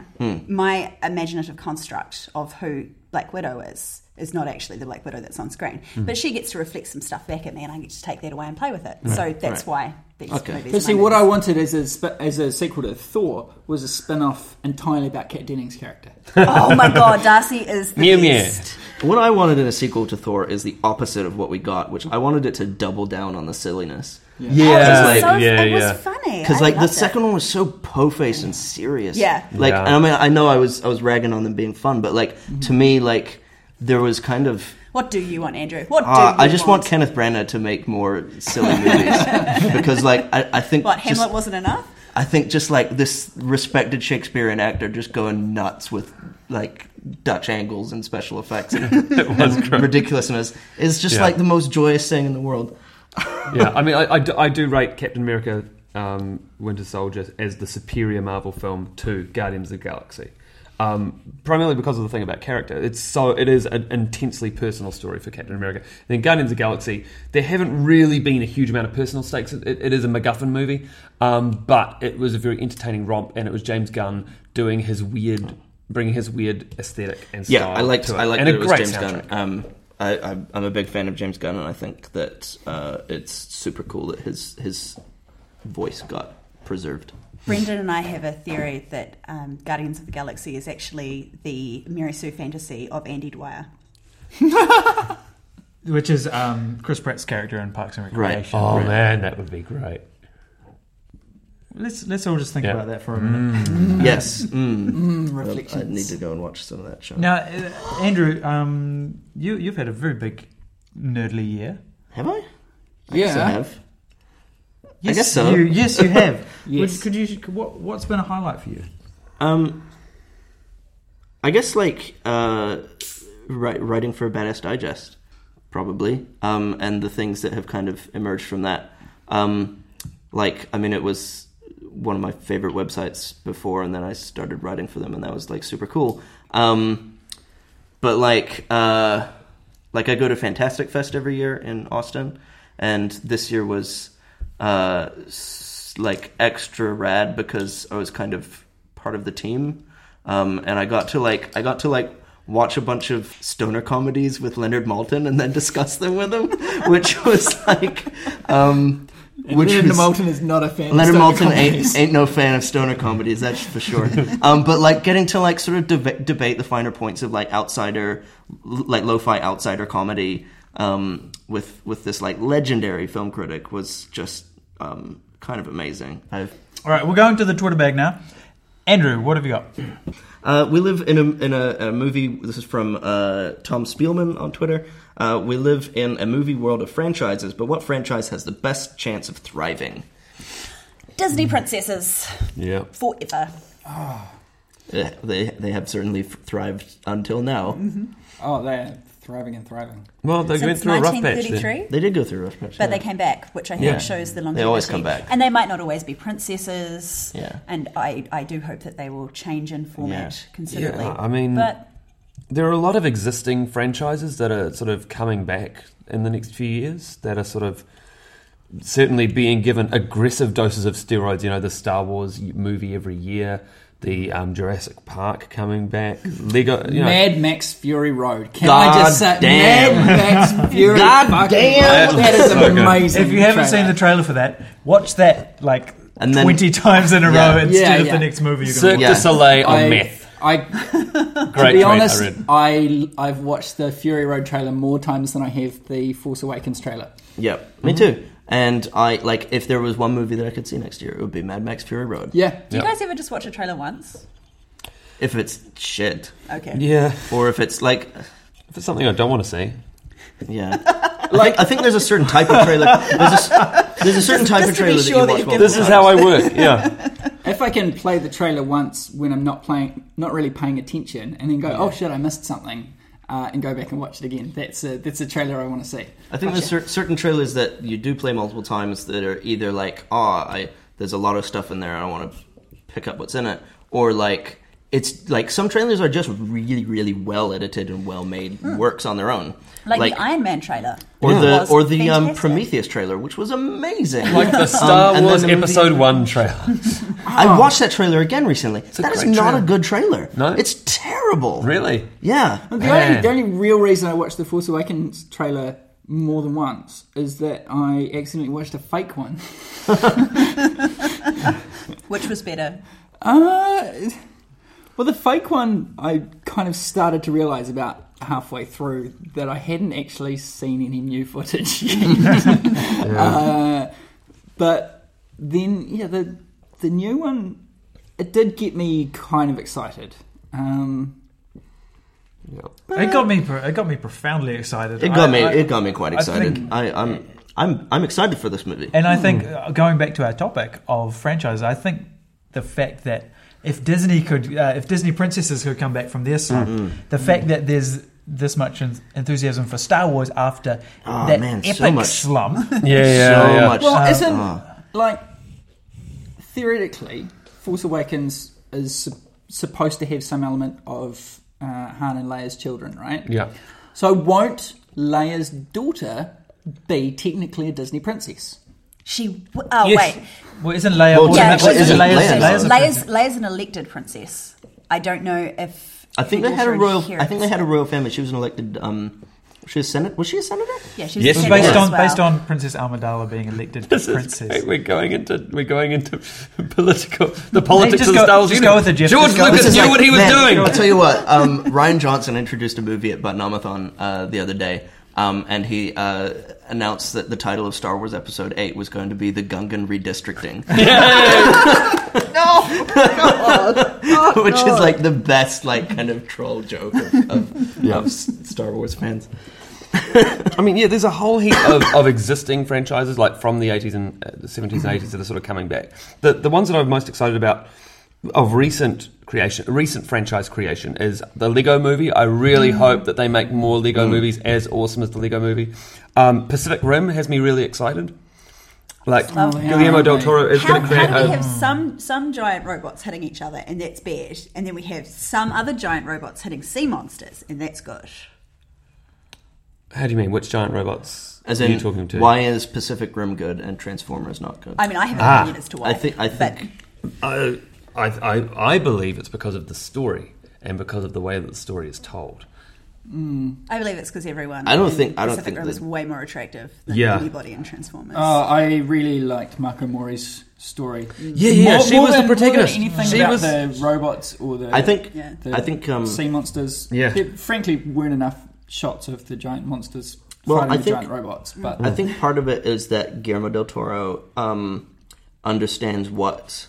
C: My imaginative construct of who Black Widow is is not actually the Black Widow that's on screen, but she gets to reflect some stuff back at me, and I get to take that away and play with it. So that's why these
B: Okay.
C: movies.
D: But
C: are
D: see,
C: my
D: what I
C: movies.
D: wanted as a, sp- as a sequel to Thor was a spin off entirely about Kat
B: <laughs>
D: Dennings' character.
C: oh my god, Darcy is the
E: Mew mew.
C: best.
B: What I wanted in a sequel to Thor is the opposite of what we got, which I wanted it to double down on the silliness.
C: It was
B: like-
C: so,
E: yeah,
C: it was
E: yeah.
C: funny.
B: Because
C: I
B: like the
C: loved it.
B: second one was so po-faced and serious.
C: Yeah.
B: Like
E: Yeah.
B: and I mean I know I was I was ragging on them being fun, but like to
C: Mm-hmm.
B: me like there was kind of
C: What do you want, Andrew? What do
B: uh,
C: you
B: I just want Kenneth Branagh to make more silly
C: <laughs>
B: movies because like I, I think
C: What
B: just,
C: Hamlet wasn't enough?
B: I think just like this respected Shakespearean actor just going nuts with like Dutch angles and special effects
E: <laughs>
B: and,
C: <laughs>
B: and ridiculousness is just
E: Yeah.
B: like the most joyous thing in the world.
E: yeah, I mean, I, I do, I do rate Captain America: um, Winter Soldier as the superior Marvel film to Guardians of the Galaxy, um, primarily because of the thing about character. It's so it is an intensely personal story for Captain America. And in Guardians of the Galaxy, there haven't really been a huge amount of personal stakes. It, it is a MacGuffin movie, um, but it was a very entertaining romp, and it was James Gunn doing his weird. Bringing his weird aesthetic and
B: Yeah,
E: style
B: I liked
E: to it.
B: I liked
E: and
B: that
E: a
B: it was
E: great
B: James
E: soundtrack.
B: Gunn. Um, I, I, I'm a big fan of James Gunn, and I think that uh, it's super cool that his his voice got preserved.
C: Brendan and I have a theory that um, Guardians of the Galaxy is actually the Mary Sue fantasy of Andy Dwyer.
A: which is um, Chris Pratt's character in Parks and
B: Right.
A: Recreation.
E: Oh man, that would be great.
A: Let's let's all just think
E: Yeah.
A: about that for a minute.
B: Yes, mm. I
D: Reflections.
B: need to go and watch some of that show.
A: Now, uh, Andrew, um, you you've had a very big nerdly year.
B: Have I? I guess I
D: yeah.
B: have. I guess so.
A: You, yes, you
B: <laughs>
A: have.
D: Yes.
A: Would- Could you? could- What What's been a highlight for you?
B: Um, I guess like uh, wri- writing for Badass Digest, probably, um, and the things that have kind of emerged from that. Um, like, I mean, it was one of my favorite websites before, and then I started writing for them, and that was like super cool. Um, but like, uh, like I go to Fantastic Fest every year in Austin, and this year was uh, s- like extra rad because I was kind of part of the team, um, and I got to like I got to like watch a bunch of stoner comedies with Leonard Maltin and then discuss them with him, <laughs> which was like. Um,
D: Which
B: which
D: Leonard
B: was,
D: Moulton is not a fan. of
B: Leonard
D: stoner
B: Moulton
D: comedies.
B: ain't, ain't no fan of stoner comedies, that's for sure. um, but like getting to like sort of deba- debate the finer points of like outsider, l- like lo-fi outsider comedy um, with with this like legendary film critic was just um, kind of amazing. I've
A: All right, we're going to the Twitter bag now. Andrew, what have you got?
B: Uh, we live in a in a, a movie. This is from uh, Tom Spielman on Twitter. Uh, we live in a movie world of franchises, but what franchise has the best chance of thriving?
C: Disney
B: Hmm.
C: princesses
E: Yeah.
C: forever.
B: Eh, They they have certainly f- thrived until now.
D: Oh, they're thriving and thriving.
E: Well, they went
C: Since
E: through a rough patch. there.
C: 1933.
B: They did go through a rough patch,
C: But
B: yeah.
C: they came back, which I think
B: Yeah.
C: shows the longevity.
B: They always come back.
C: and they might not always be princesses.
B: Yeah.
C: and I, I do hope that they will change in format
B: Yeah.
C: considerably.
E: Yeah, I mean-
C: but
E: There are a lot of existing franchises that are sort of coming back in the next few years that are sort of certainly being given aggressive doses of steroids. You know, the Star Wars movie every year, the um, Jurassic Park coming back, Lego. You know,
D: Mad Max Fury Road. Can
B: God
D: I just say
B: damn.
D: Mad Max Fury
B: God
D: fucking
B: damn.
D: Road. That is
E: So good.
D: amazing.
A: If you haven't
D: trailer.
A: seen the trailer for that, watch that like
B: And then-
A: twenty times in a
B: Yeah.
A: row instead
D: Yeah,
A: of
D: yeah.
A: the next movie you're going
E: Cirque
A: to
B: Yeah.
E: du Soleil on
D: I-
E: meth.
D: I
E: Great
D: to be
E: tweet
D: honest,
E: I read.
D: I I've watched the Fury Road trailer more times than I have the Force Awakens trailer.
B: Yeah, me
E: Mm-hmm.
B: too. And I like if there was one movie that I could see next year, it would be Mad Max Fury Road.
D: Yeah,
C: do you
E: Yeah.
C: guys ever just watch a trailer once?
B: If it's shit,
C: Okay.
E: Yeah,
B: or if it's
E: <laughs>
B: like,
E: if it's something I don't want to see.
B: yeah, like I think there's a certain type of trailer. There's a, s- there's a certain type
C: just
B: of
C: to be
B: trailer that
C: sure
B: you
C: that
B: watch.
C: you've
B: multiple
C: given
E: This is how
B: times.
E: I work. Yeah,
D: if I can play the trailer once when I'm not playing, not really paying attention, and then go, oh shit, I missed something, uh, and go back and watch it again. That's a that's a trailer I want to see.
B: I think there's cer- certain trailers that you do play multiple times that are either like, ah, I there's a lot of stuff in there, I don't want to pick up what's in it, or like it's like some trailers are just really, really well edited and well made works on their own.
C: Hmm. Like, the Iron Man trailer.
B: or
C: It
B: the
C: was
B: or the um,
C: fantastic.
B: Prometheus trailer, which was amazing.
E: Like the Star
B: and then
E: Wars
B: the movie-
E: Episode 1 trailer. <laughs>
B: I watched that trailer again recently.
E: a
B: That is
E: great
B: not
E: trailer.
B: a good trailer.
E: No?
B: it's terrible.
E: Really?
B: Yeah.
D: The only,
E: Man.
D: the only real reason I watched the Force Awakens trailer more than once is that I accidentally watched a fake one. <laughs>
C: Which was better.
D: Uh, well, the fake one I kind of started to realise about halfway through that I hadn't actually seen any new footage <laughs> yet. uh, but then, yeah, the the new one it did get me kind of excited. Um,
E: Yeah.
A: It got me. pro- It got me profoundly excited.
B: It got
A: I-
B: me.
A: I-
B: it got me quite
A: I
B: excited.
A: think-
B: I, I'm I'm I'm excited for this movie.
A: And I think
B: Hmm.
A: uh, going back to our topic of franchise, I think the fact that if Disney could, uh, if Disney princesses could come back from their
B: Hmm,
A: slump, the fact that there's this much en- enthusiasm for Star Wars after
B: Oh,
A: that
B: man, so
A: epic
B: much.
A: slump.
E: Yeah,
B: so much.
D: well,
A: Uh,
D: isn't
B: ah.
D: like theoretically, Force Awakens is sup- supposed to have some element of uh, Han and Leia's children, right?
E: Yeah.
D: So won't Leia's daughter be technically a Disney princess?
C: She. w- Oh,
E: Yes.
C: wait.
A: <laughs> Well, isn't Leia?
B: Well,
A: well,
C: Yeah,
B: technically,
A: isn't
C: she's-
B: isn't
A: Leia's-
B: Leia,
A: Leia's a
B: though?
C: Leia's, Leia's an elected princess. I don't know if.
B: I think they
C: the
B: had a
C: author
B: royal. I
C: adherents-
B: think they had a royal family. She was an elected. Um, she was senate. Was she a senator?
C: Yeah, she's
A: It
E: Yes,
A: was
E: she
A: based
E: was.
A: on
C: well.
A: based on Princess Amidala being elected
E: <laughs> This is
A: princess.
E: great. We're going into we're going into <laughs> political the politics
A: just
E: of the
A: go-
E: Star Wars
A: just
E: universe.
A: go with it, Jeff.
E: George
A: Just go-
E: Lucas
A: This is
E: knew
A: like-
E: what he was
B: man,
E: doing.
B: I'll tell you what. Um, Ryan Johnson introduced a movie at Buttonathon uh, the other day, um, and he uh, announced that the title of Star Wars Episode Eight was going to be the Gungan redistricting,
E: <laughs>
B: <laughs> which is like the best like kind of troll joke of, of,
E: Yeah.
B: of S- Star Wars fans.
E: I mean, yeah, there's a whole heap of, of existing franchises, like from the 80s and uh, the 70s and 80s, that are sort of coming back. The, the ones that I'm most excited about of recent creation, recent franchise creation, is the Lego movie. I really
A: Mm.
E: hope that they make more Lego movies as awesome as the Lego movie. Um, Pacific Rim has me really excited. Like,
C: Lovely.
E: Guillermo del Toro is
C: Oh, How,
E: going to create
C: how do we
E: a.
C: have some some giant robots hitting each other and that's bad, and then we have some other giant robots hitting sea monsters and that's good.
E: How do you mean? Which giant robots
B: As
E: are
B: in,
E: you talking to?
B: why is Pacific Rim good and Transformers not good?
C: I mean, I have an
E: Ah,
C: opinion as to why.
B: I think- I
C: but
B: think-
E: I, I, I, I believe it's because of the story and because of the way that the story is told.
C: I believe it's because everyone.
B: I don't
C: in
B: think- I don't
C: Pacific
B: think
C: Rim
B: that-
C: is way more attractive than
E: Yeah.
C: anybody in Transformers.
D: Uh, I really liked Marco Mori's story.
E: Yeah, yeah, she was the
D: than-
E: protagonist.
D: More than anything
E: She
D: about the
E: was-
D: robots or the
B: I think.
C: Yeah.
D: the
B: I think. Um,
D: sea monsters.
E: Yeah.
D: There frankly weren't enough shots of the giant monsters
B: Well,
D: fighting
B: I
D: the
B: think-
D: giant robots. But
B: I think part of it is that Guillermo del Toro um, understands what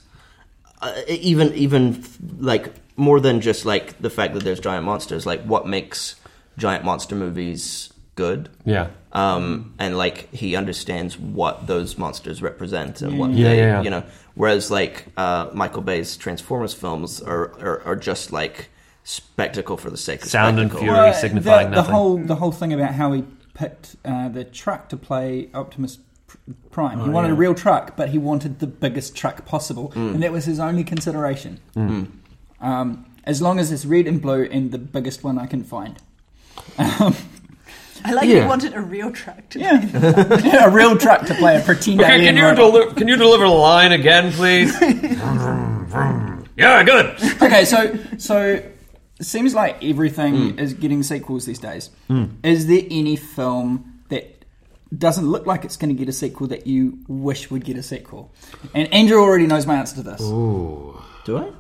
B: uh, even even like more than just like the fact that there's giant monsters, like what makes giant monster movies good.
E: Yeah.
B: Um, and like he understands what those monsters represent and what
E: Mm. Yeah,
B: they,
E: yeah, yeah.
B: you know. Whereas like uh, Michael Bay's Transformers films are, are are just like spectacle for the sake of
E: Sound and
B: spectacle.
E: fury. Well, signifying
D: Uh, the, the
E: nothing.
D: whole the whole thing about how he picked uh, the truck to play Optimus Pr- Prime.
E: Oh,
D: he wanted a real truck, but he wanted the biggest truck possible,
E: Mm.
D: and that was his only consideration. Um, as long as it's red and blue and the biggest one I can find.
C: I like
E: yeah.
C: you wanted a real truck. To
D: Yeah, <laughs> a real truck to play a pretend
E: Okay,
D: alien
E: can you,
D: robot.
E: deli- can you deliver the line again, please? yeah, good.
D: Okay, so so it seems like everything is getting sequels these days. Is there any film that doesn't look like it's going to get a sequel that you wish would get a sequel? And Andrew already knows my answer to this.
B: Do I?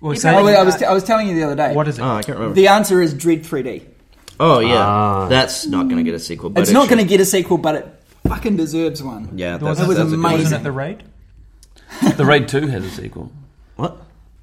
A: Well,
C: You
A: say-
D: Oh,
C: probably-
D: wait, I was I was telling you the other day.
A: what is it?
B: Oh, I can't remember.
D: the answer is Dread 3D.
B: Oh yeah,
E: Ah.
B: that's not going to get a sequel. But
D: It's
B: it
D: not going to
B: should-
D: get a sequel, but it fucking deserves one.
B: Yeah,
A: That was,
B: that's, that's a good one.
A: Wasn't
D: amazing.
A: it the raid?
E: The Raid 2 has a sequel.
B: What?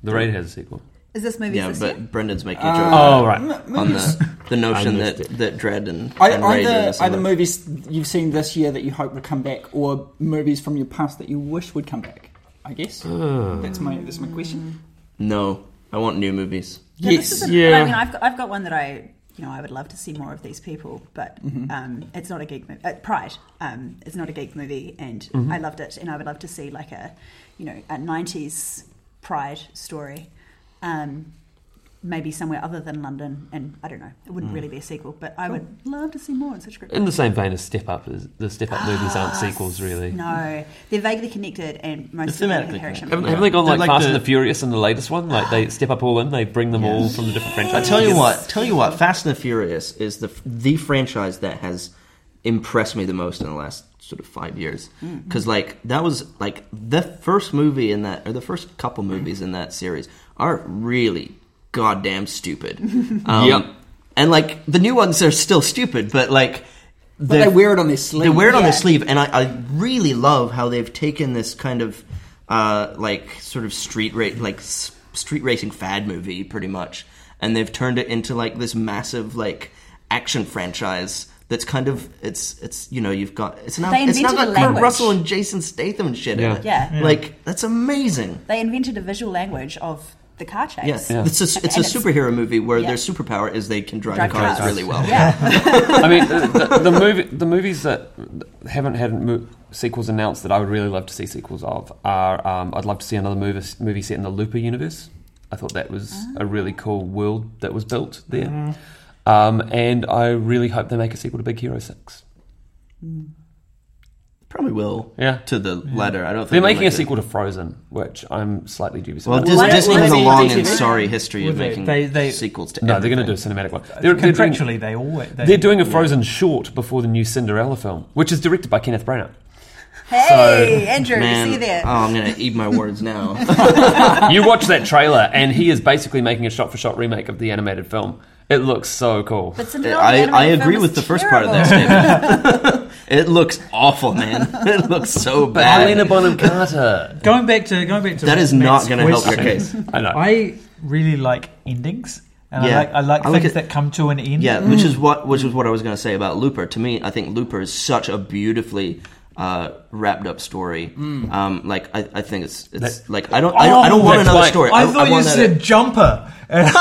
E: The Raid has a sequel.
C: Is this movie?
B: Yeah,
C: this year?
B: but Brendan's making
D: Uh,
B: a joke
E: Oh, right.
B: on
D: <laughs>
B: the, the notion
E: I
B: that
E: missed
B: that Dread and,
D: Are,
B: and
D: are
B: Raid are
D: the, are the
B: similar.
D: movies you've seen this year that you hope will come back, or movies from your past that you wish would come back? I guess that's my that's my question.
B: No, I want new movies.
C: Yeah, this
D: yes,
C: is a-
E: Yeah.
C: I mean, I've got, I've got one that I, you know, I would love to see more of these people, but
B: Mm-hmm.
C: um, it's not a geek movie. Uh, Pride, um, it's not a geek movie, and
B: Mm-hmm.
C: I loved it, and I would love to see like a, you know, a '90s Pride story. Um, maybe somewhere other than London, and I don't know. It wouldn't really be a sequel, but I would love to see more. It's such a great.
E: Mm. In the same vein as Step Up, is- the Step Up movies aren't sequels, really.
C: No, they're vaguely connected, and most
B: They're
C: of them
B: thematically
C: have Harry
B: connected.
E: Haven't,
C: Shimon.
E: haven't they gone
B: They're
E: like,
B: like
E: Fast
B: the-
E: and the Furious in the latest one? Like they step up all in, they bring them all from the different
B: I
E: franchises.
B: tell you what, tell you what, Fast and the Furious is the the franchise that has impressed me the most in the last sort of five years. Because like that was like the first movie in that, or the first couple movies in that series are really goddamn stupid. Um,
E: Yep.
B: And like the new ones are still stupid, but like
D: But they wear it on their sleeve.
B: they wear it on their
C: Yeah.
B: sleeve, and I, I really love how they've taken this kind of uh, like sort of street ra- like s- street racing fad movie, pretty much, and they've turned it into like this massive like action franchise. That's kind of it's it's you know you've got it's not
C: They
B: it's not
C: invented
B: got
C: a
B: Kurt
C: language.
B: Russell and Jason Statham and shit. in
E: Yeah.
B: it.
C: Yeah. Yeah.
B: like that's amazing.
C: They invented a visual language of the car chase.
B: Yes,
E: Yeah.
B: it's a it's a
C: And it's-
B: superhero movie where
C: Yeah.
B: their superpower is they can drive,
C: Drive
B: cars,
C: cars.
B: really well. <laughs>
C: Yeah.
E: <laughs> I mean, the, the movie, the movies that haven't had mo- sequels announced that I would really love to see sequels of are um, I'd love to see another movie movie set in the Looper universe. I thought that was a really cool world that was built there, um, and I really hope they make a sequel to Big Hero Six.
B: Probably will.
E: Yeah.
B: to the letter. I don't think
E: They're
B: they'll
E: making a
B: make it.
E: sequel to Frozen, which I'm slightly dubious
B: Well,
E: about.
B: Dis-
C: Why don't-
B: Disney
C: why
B: has a
C: don't they
B: long
C: do
B: and
C: that?
B: sorry history of
A: Would they?
B: making
A: They- they-
B: sequels to
E: no, they're going to do a
B: everything.
E: cinematic one. They're, they're doing,
A: Uh, Contractually, they always they,
E: they're doing a Frozen short before the new Cinderella film, which is directed by Kenneth Branagh.
C: Hey, Andrew,
B: Man,
C: see you there.
B: Oh, I'm going to eat my words
C: <laughs>
B: now.
E: you watch that trailer, and he is basically making a shot-for-shot remake of the animated film. It looks so cool.
C: but Cinderella, the
B: I,
C: animated
B: I
C: film
B: agree
C: is
B: with the first part of that
C: terrible.
B: statement.
C: <laughs>
B: <laughs> it looks awful, man. <laughs> It looks so
E: But
B: bad.
E: Helena Bonham Carter.
A: going back to going back to
B: that is not going to help <laughs> your
A: question.
B: case.
E: I know.
A: I really like endings, and I
B: Yeah.
A: like I
B: I
A: like
B: like
A: things
B: it-
A: that come to an end.
B: Yeah, which is what which is what I was going to say about Looper. To me, I think Looper is such a beautifully uh, wrapped up story. Um, like I, I think it's it's
E: Hmm. That-
B: like I don't I don't, I
E: Oh,
B: don't want
E: that's
B: another
E: like-
B: story.
A: I, thought you
B: want that-
A: said jumper. And
E: no,
A: I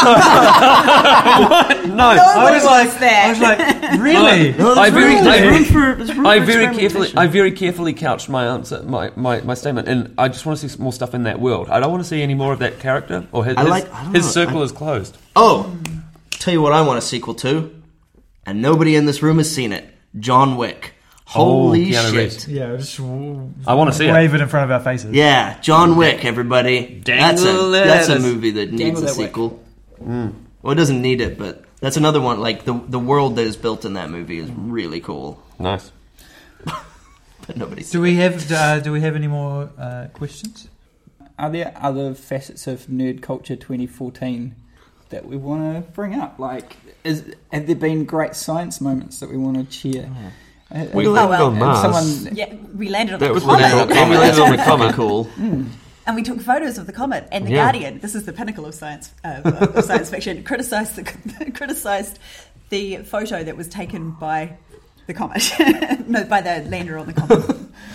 A: was
C: wants
A: like,
C: that.
A: I was
B: <laughs>
A: like, really?
B: No,
E: I
B: there's
E: very,
B: room-
E: I
B: there's
E: very-
B: room for- there's room
E: I
B: for
E: very carefully,
B: experimentation.
E: I very carefully couched my answer, my, my, my statement, and I just want to see more stuff in that world. I don't want to see any more of that character or his.
B: I
E: his-
B: like- I don't
E: his
B: know,
E: circle
B: I-
E: is closed.
B: Oh, tell you what, I want a sequel to, and nobody in this room has seen it. John Wick. Holy
E: Keanu
B: shit!
E: Reeves.
A: Yeah, just w-
E: I want to see it.
A: wave it in front of our faces.
B: Yeah, John Wick, everybody. That's a,
E: Dangle it.
B: that's a movie that needs
D: Dangle
B: a
D: that wick.
B: sequel. Well, it doesn't need it, but that's another one. Like the the world that is built in that movie is really cool,
E: Nice.
B: but nobody's.
A: Do we have uh, do we have any more uh, questions?
D: Are there other facets of nerd culture 2014 that we want to bring up? Like, is, have there been great science moments that we want to cheer? Uh,
E: Oh. We
D: uh,
E: landed
C: well.
E: on Mars.
D: Someone,
C: Yeah, we landed on
E: That
C: the
E: was
B: Well,
E: really
C: comet,
E: cool.
B: that-
E: Yeah, we landed on the comet.
B: Cool.
C: and we took photos of the comet. And the
E: Yeah.
C: Guardian, this is the pinnacle of science uh,
B: <laughs>
C: of science fiction, criticised the <laughs> criticised the photo that was taken by the comet, <laughs> no, by the lander on
B: <laughs>
C: the comet.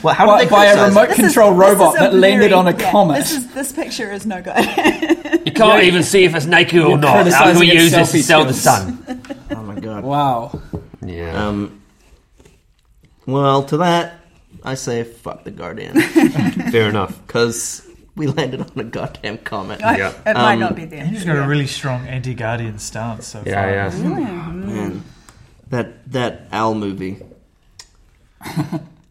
B: Well, how
D: By-
B: did they
D: by a
B: criticize
D: remote
B: it?
C: This
D: Control
C: this
D: robot
C: a
D: that landed on a
C: yeah,
D: comet.
C: This is this picture is no good. <laughs>
E: You can't even see if it's naked or
D: You're
E: not. How do
D: criticising
E: we
D: its
E: use this to
D: selfie
E: sell the
D: skills.
E: sun?
B: Oh my god.
D: wow.
E: Yeah.
B: Um. Well, to that, I say fuck the Guardian <laughs>
E: Fair enough.
B: because we landed on a goddamn
D: <laughs>
B: comet.
C: No,
E: Yeah.
C: It might
B: Um,
C: not be there.
A: Andrew's got a really strong anti-Guardian stance so far.
E: Yeah, yeah.
B: Man, that that owl movie.
E: Owl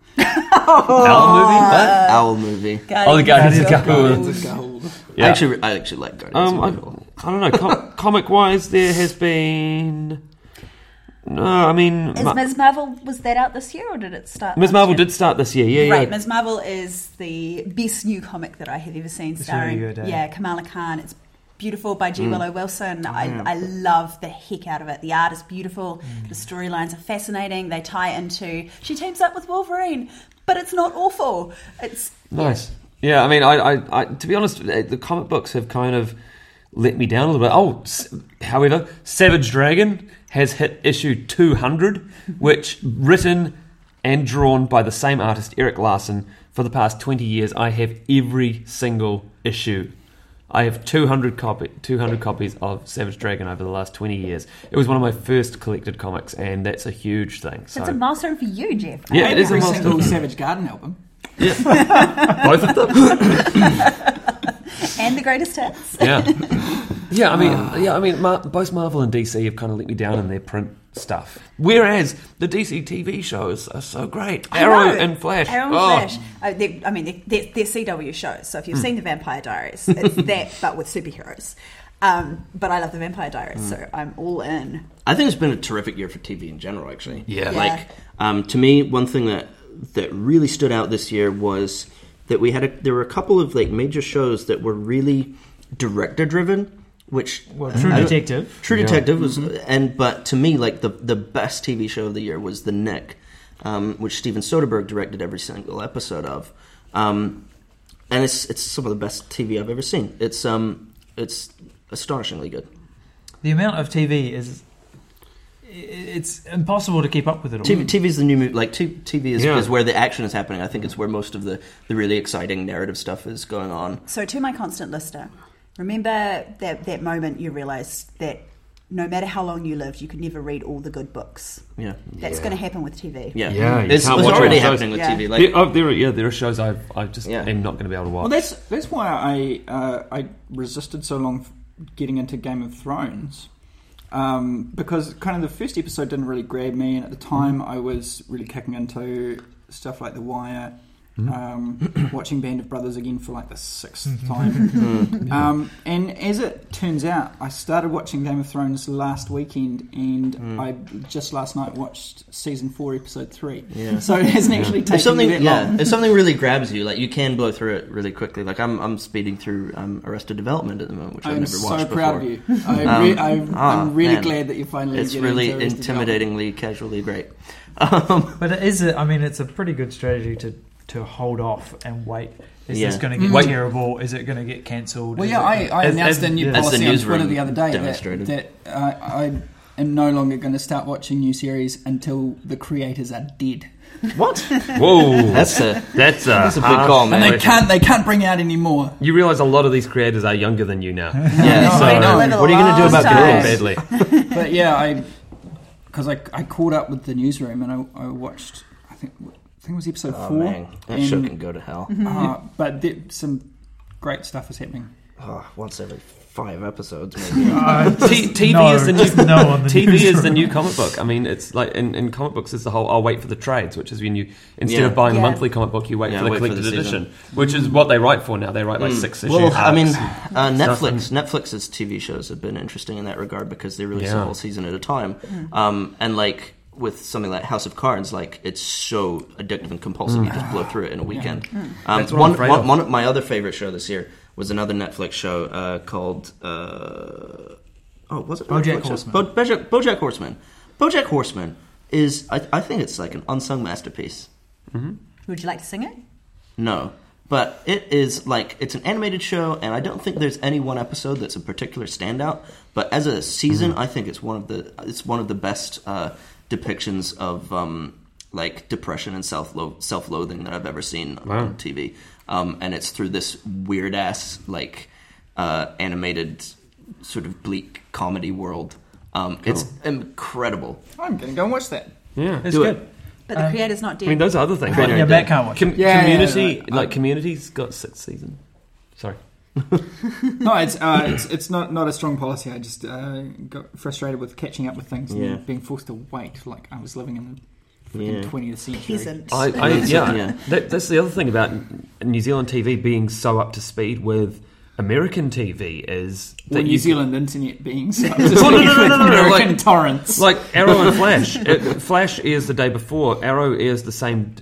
E: movie?
B: What owl movie?
E: Oh, the Guardians of
C: Guardians
E: the Galaxy. Yeah.
B: I actually I actually like Guardians.
E: Um,
B: of
E: I,
B: the Galaxy.
E: I don't know. Com- comic wise, there has been. No, I mean,
C: Is
E: Ma-
C: Ms. Marvel was that out this year or did it start?
E: Ms.
C: last
E: Marvel
C: year?
E: did start this year. Yeah,
C: Right,
E: yeah.
C: Ms. Marvel is the best new comic that I have ever seen,
A: It's really
C: starring
A: good, eh?
C: yeah Kamala Khan. It's beautiful by
E: Mm.
C: G. Willow Wilson.
A: Mm.
C: I, I love the heck out of it. The art is beautiful. The storylines are fascinating. They tie into she teams up with Wolverine, but it's not awful. It's
E: Nice. Yeah, I mean, I, I, I, to be honest, uh, the comic books have kind of let me down a little bit. Oh, s- however, Savage Dragon has hit issue 200, which written and drawn by the same artist, Eric Larson, for the past 20 years. I have every single issue. I have 200, copy, 200 copies of Savage Dragon over the last 20 years. It was one of my first collected comics, and that's a huge thing. So,
C: it's a milestone for you, Jeff.
E: yeah, it is a
D: Every single
E: milestone.
D: Savage Garden album.
E: Both of them?
C: And and the greatest hits.
E: Yeah, yeah. I mean, yeah. I mean, Mar- both Marvel and DC have kind of let me down in their print stuff. Whereas the DC TV shows are so great.
C: I
E: Arrow
C: know.
E: and Flash.
C: Arrow and
E: Oh.
C: Flash. Uh, they I mean, they're, they're, they're CW shows. So if
E: Hmm.
C: you've seen The Vampire Diaries,
E: <laughs>
C: it's that, but with superheroes. Um, but I love The Vampire Diaries,
E: Hmm.
C: so I'm all in.
B: I think it's been a terrific year for TV in general, actually.
E: Yeah. Yeah.
B: Like, um, to me, one thing that that really stood out this year was that we had a, there were a couple of like major shows that were really director driven, which
A: Well, True
B: I don't-
A: Detective. Mm-hmm.
B: True Detective was, and but to me, like the the best TV show of the year was The Nick, um, which Steven Soderbergh directed every single episode of, um, and it's it's some of the best TV I've ever seen. It's um it's astonishingly good.
A: The amount of TV is. i- It's impossible to keep up with it all.
B: TV, TV is the new movie. Like t- TV is,
E: Mm. Yeah.
B: is where the action is happening. I think it's where most of the, the really exciting narrative stuff is going on.
C: So to my constant listener, remember that, that moment you realised that no matter how long you lived, you could never read all the good books.
B: Yeah,
C: That's going to happen with TV.
B: yeah,
E: Yeah, you
B: It's,
E: can't
B: it's
E: watch
B: already
E: all those.
B: happening with
C: Yeah.
B: TV.
E: There-
B: Like,
E: oh, there are, yeah, there are shows I I just
B: Yeah.
E: am not going to be able to watch.
D: Well, that's that's why I uh, I resisted so long f- getting into Game of Thrones um, because kind of the first episode didn't really grab me, and at the
B: Mm-hmm.
D: time I was really kicking into stuff like The Wire,
B: Mm-hmm.
D: um, <coughs> watching Band of Brothers again for like the
B: <laughs>
D: sixth
B: hmm.
E: Oh.
D: time. um, and as it turns out, I started watching Game of Thrones last weekend, and
B: Mm.
D: I just last night watched season four, episode three.
B: Yeah.
D: So it hasn't actually taken
B: if something,
D: me that long.
B: yeah, if something really grabs you, like you can blow through it really quickly. Like I'm, I'm speeding through um, Arrested Development at the moment, which I've
D: I'm
B: never
D: so
B: watched
D: proud
B: before.
D: of
B: <laughs>
D: you. I re-
B: Um,
D: I'm,
B: ah,
D: I'm really
B: man.
D: glad that you finally.
B: It's
D: getting
B: really
D: into this
B: intimidatingly, casually great. <laughs> Um,
A: But it is. A, I mean, it's a pretty good strategy to to hold off and wait. Is this
B: Yeah.
A: going to get
E: Wait.
A: terrible? Is it going to get cancelled?
D: Mm. Well,
A: Is
D: yeah, I,
A: it gonna-
D: I
E: As-
D: announced
E: as-
D: a new
E: yeah.
B: as the
D: policy on
B: newsroom
D: Twitter the other day
B: demonstrated.
D: that, that uh, I am no longer going to start watching new series until the creators are dead.
B: what?
E: Whoa,
B: <laughs> That's a
E: that's a,
B: that's a big
E: harsh
B: call, man.
D: And they
E: situation.
D: can't. They can't bring out any more.
E: You realise a lot of these creators are younger than you now.
D: <laughs>
B: yeah.
D: no,
B: so,
D: I know.
B: what are you going
E: Ah.
B: to do about
C: Sometimes.
B: girls?
E: Badly.
D: But yeah, I because I, I caught up with the newsroom and I, I watched. I think I think it was episode four.
B: Oh man, that
D: and,
B: show can go to
E: <sighs>
B: hell.
D: uh, but there, some great stuff is happening.
B: Oh, once every five episodes, <laughs> maybe.
E: <laughs> T- TV
A: No,
E: is the
A: Uh, just
E: new
A: no on the
E: TV is the
A: newsroom.
E: new <laughs> comic book. I mean, it's like in, in comic books, it's the whole "I'll wait for the trades," which is when you instead
B: Yeah.
E: of buying
C: Yeah.
E: a monthly comic book, you wait
B: Yeah,
E: for the
B: wait for the
E: collected
B: season. Mm.
E: edition, which is what they write for now. They write like six issues.
B: Well, I mean, uh, Netflix. Netflix's TV shows have been interesting in that regard because they release
E: Yeah.
B: a whole season at a time, um, and like with something like House of Cards, like it's so addictive and compulsive, you just blow through it in a weekend. Um,
E: Hmm. That's what I'm
B: one,
E: afraid
B: one,
E: of.
B: one of my other favorite show this year was another Netflix show uh, called. Uh, oh, was it a
A: BoJack
B: Netflix show?
A: Horseman.
B: Bo- BoJack, BoJack Horseman. BoJack Horseman is. I, I think it's like an unsung masterpiece.
C: Would you like to sing it?
B: No. But it is like it's an animated show, and I don't think there's any one episode that's a particular standout. But as a season, I think it's one of the it's one of the best uh, depictions of um, like depression and self self loathing that I've ever seen on TV. Um, and it's through this weird ass like uh, animated sort of bleak comedy world. Um, It's incredible.
D: I'm going to go and watch that.
E: yeah,
A: It's
B: do
A: good.
C: But the creator's not dead.
E: I mean, those are other things.
A: Yeah, Matt can't watch.
E: Com-
A: it.
D: Yeah,
E: community,
D: yeah, right.
E: like community's got six seasons. Sorry.
D: No, it's uh, it's it's not not a strong policy. I just uh, got frustrated with catching up with things
B: Yeah.
D: and being forced to wait. Like I was living in the
B: Yeah.
D: freaking twentieth century.
C: Peasant.
E: I, I yeah.
B: Yeah.
E: That, that's the other thing about New Zealand TV being so up to speed with American TV is
D: Or
E: that
D: New
E: you-
D: Zealand internet being so
E: no, no, no, no, no,
D: American
E: like-
D: torrents.
E: Like Arrow and Flash. <laughs> It, Flash airs the day before. Arrow airs the same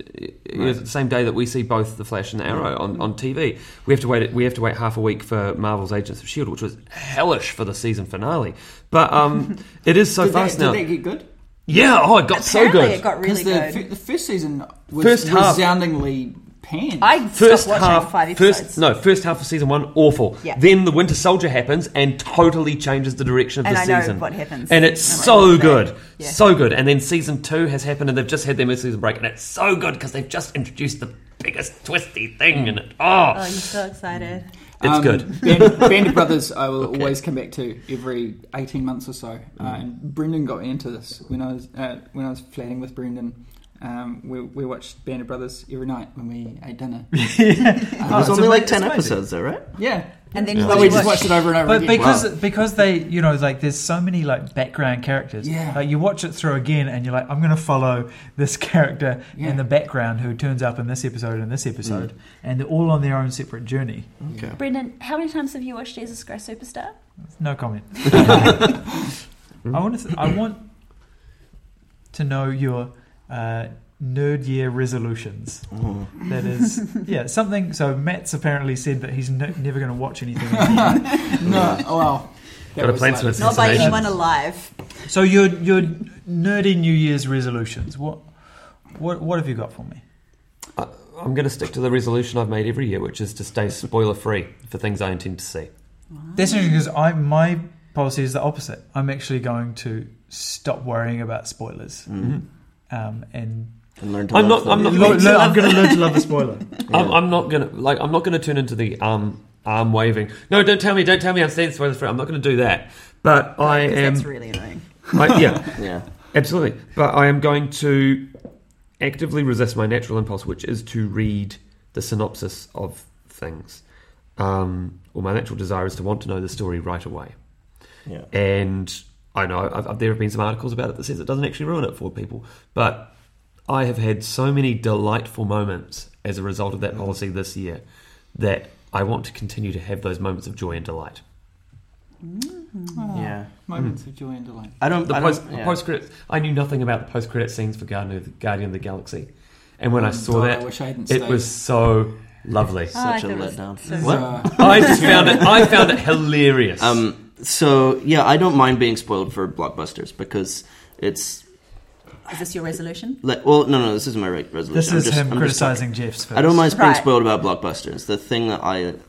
E: airs the same day that we see both the Flash and the Arrow on, on TV. We have to wait. We have to wait half a week for Marvel's Agents of Shield, E which was hellish for the season finale. But
C: <laughs>
E: um, it is so
D: did, that,
E: fast
D: did
E: now.
D: that get good?
E: yeah. Oh, it got so
C: Apparently
E: good.
C: it got really
D: Because the,
C: good.
D: fir- the first season was
E: First half-
D: resoundingly panned.
C: I
E: First
C: stopped watching
E: half,
C: five episodes.
E: first no, first half of season one, awful.
C: Yeah.
E: Then the Winter Soldier happens and totally changes the direction of
C: And
E: the
C: I know
E: season.
C: what happens.
E: and it's
C: I'm
E: so
C: right with that.
E: good,
C: Yeah.
E: so good. And then season two has happened, and they've just had their mid-season break, and it's so good because they've just introduced the biggest twisty thing in it. Oh,
C: Oh, you're so excited.
E: it's
D: Um,
E: good.
D: Band, Band of Brothers, I
E: <laughs>
D: will always come back to every eighteen months or so. Uh,
E: Mm.
D: and Brendan got me into this when I was uh, when I was flatting with Brendan. Um, we, we watched Band
E: <laughs>
D: of Brothers every night when we ate dinner.
B: There's
A: it's
B: only
D: Ah,
A: ama-
B: like
A: it's
B: ten
A: amazing.
B: episodes, though, right?
D: yeah,
C: and then
E: Yeah.
C: Oh, you
D: But we just
C: watch-
D: watched it over and over
A: But
D: again.
A: because because they you know like there's so many like background characters.
D: Yeah.
A: Like you watch it through again and you're like, I'm gonna follow this <laughs> character
D: Yeah.
A: in the background who turns up in this episode and this episode,
E: Mm.
A: and they're all on their own separate journey.
B: Okay.
F: Brendan, how many times have you watched Jesus Christ Superstar?
A: No
B: <laughs>
A: comment. I want to. Th- I want to know your uh, nerd year resolutions.
B: Oh.
A: That is, yeah, something. So Matt's apparently said that he's no, never going to watch anything. again.
D: <laughs> no, oh, well, that
E: Gotta
D: was
E: plan
D: like-
E: some
C: Not by
E: Cincinnati.
C: anyone alive.
A: so your your nerdy New Year's resolutions. What what what have you got for me?
E: I, Uh, I'm going to stick to the resolution I've made every year, which is to stay spoiler free for things I intend to see.
A: That's interesting because I my policy is the opposite. I'm actually going to stop worrying about spoilers.
B: Mm-hmm.
A: Um, and
B: And learn to
E: I'm
B: love
E: not- I'm
B: them.
E: not-
A: Lo- lo- I'm going to learn to
B: <laughs>
A: love the spoiler.
E: I'm, I'm not gonna like. I'm not gonna turn into the um arm waving. No, don't tell me. Don't tell me. I'm staying spoiler free. I'm not gonna do that. But I
C: 'cause
E: am.
C: That's really annoying.
E: I, yeah,
B: Yeah.
E: absolutely. But I am going to actively resist my natural impulse, which is to read the synopsis of things. Um, or my natural desire is to want to know the story right away.
B: Yeah.
E: And I know I've, I've, there have been some articles about it that says it doesn't actually ruin it for people, but I have had so many delightful moments as a result of that policy this year that I want to continue to have those moments of joy and delight.
C: Mm.
D: Oh,
B: Yeah.
D: Moments
E: Mm.
D: of joy and delight.
B: I don't.
E: The
B: I
E: post,
B: don't, yeah.
E: post credits. I knew nothing about the post credit scenes for Guardian of the Guardian of the Galaxy, and
B: Mm,
E: when I saw
D: Oh, I
E: that,
D: wish I hadn't
E: it
D: stayed.
E: was so lovely.
C: Oh, I
B: Such a
C: thought it was-
B: letdown.
D: What?
B: What?
E: I just found it. I found it hilarious.
B: Um. So yeah, I don't mind being spoiled for blockbusters because it's
C: Is this your resolution?
B: like. Well, no, no. This isn't my re- resolution.
A: This
B: I'm
A: is
B: just-
A: him
B: I'm just talking.
A: criticizing Jeff's. First.
B: I don't mind being
C: Right.
B: spoiled about blockbusters. The thing that I, and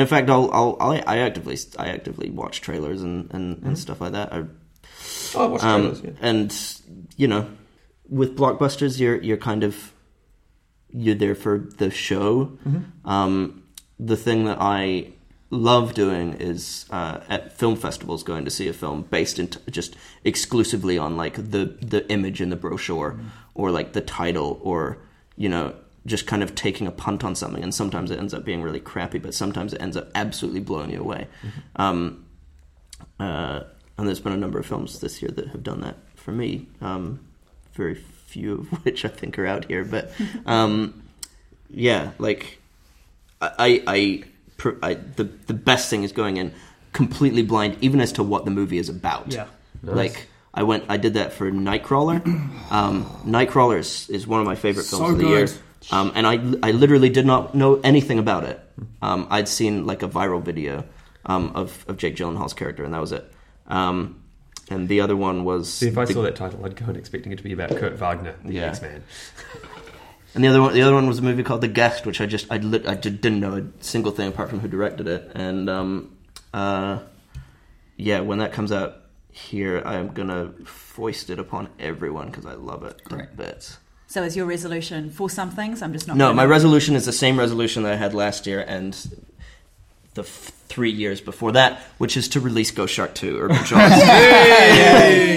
B: in fact, I'll, I'll, I'll I actively I actively watch trailers and and,
C: Mm-hmm.
B: and stuff like that. I,
E: oh, I watched
B: um,
E: trailers, yeah.
B: And you know, with blockbusters, you're you're kind of you're there for the show. Um, the thing that I love doing is uh, at film festivals going to see a film based in t- just exclusively on like the the image in the brochure or like the title or you know just kind of taking a punt on something and sometimes it ends up being really crappy but sometimes it ends up absolutely blowing you away um, uh, and there's been a number of films this year that have done that for me. Um, very few of <laughs> which I think are out here, but um, yeah, like I, I, I, pr- I the the best thing is going in completely blind, even as to what the movie is about.
A: Yeah.
B: like. I went. I did that for Nightcrawler. <clears throat> Um, Nightcrawler is, is one of my favorite films
D: So
B: of the
D: good.
B: year, um, and I I literally did not know anything about it. Um, I'd seen like a viral video um, of of Jake Gyllenhaal's character, and that was it. Um, and the other one was
E: See, if I
B: the-
E: saw that title, I'd go in expecting it to be about Kurt Wagner, the
B: Yeah.
E: X-Man.
B: And the other one, the other one was a movie called The Guest, which I just I, lit, I did, didn't know a single thing apart from who directed it. And um, uh, yeah, when that comes out here, I am gonna foist it upon everyone because I love it to
D: Great.
B: bits.
C: So is your resolution for some things? I'm just not.
B: No,
C: gonna-
B: my resolution is the same resolution that I had last year and the f- three years before that, which is to release Ghost Shark 2 Urban
C: <laughs>
B: Jaws.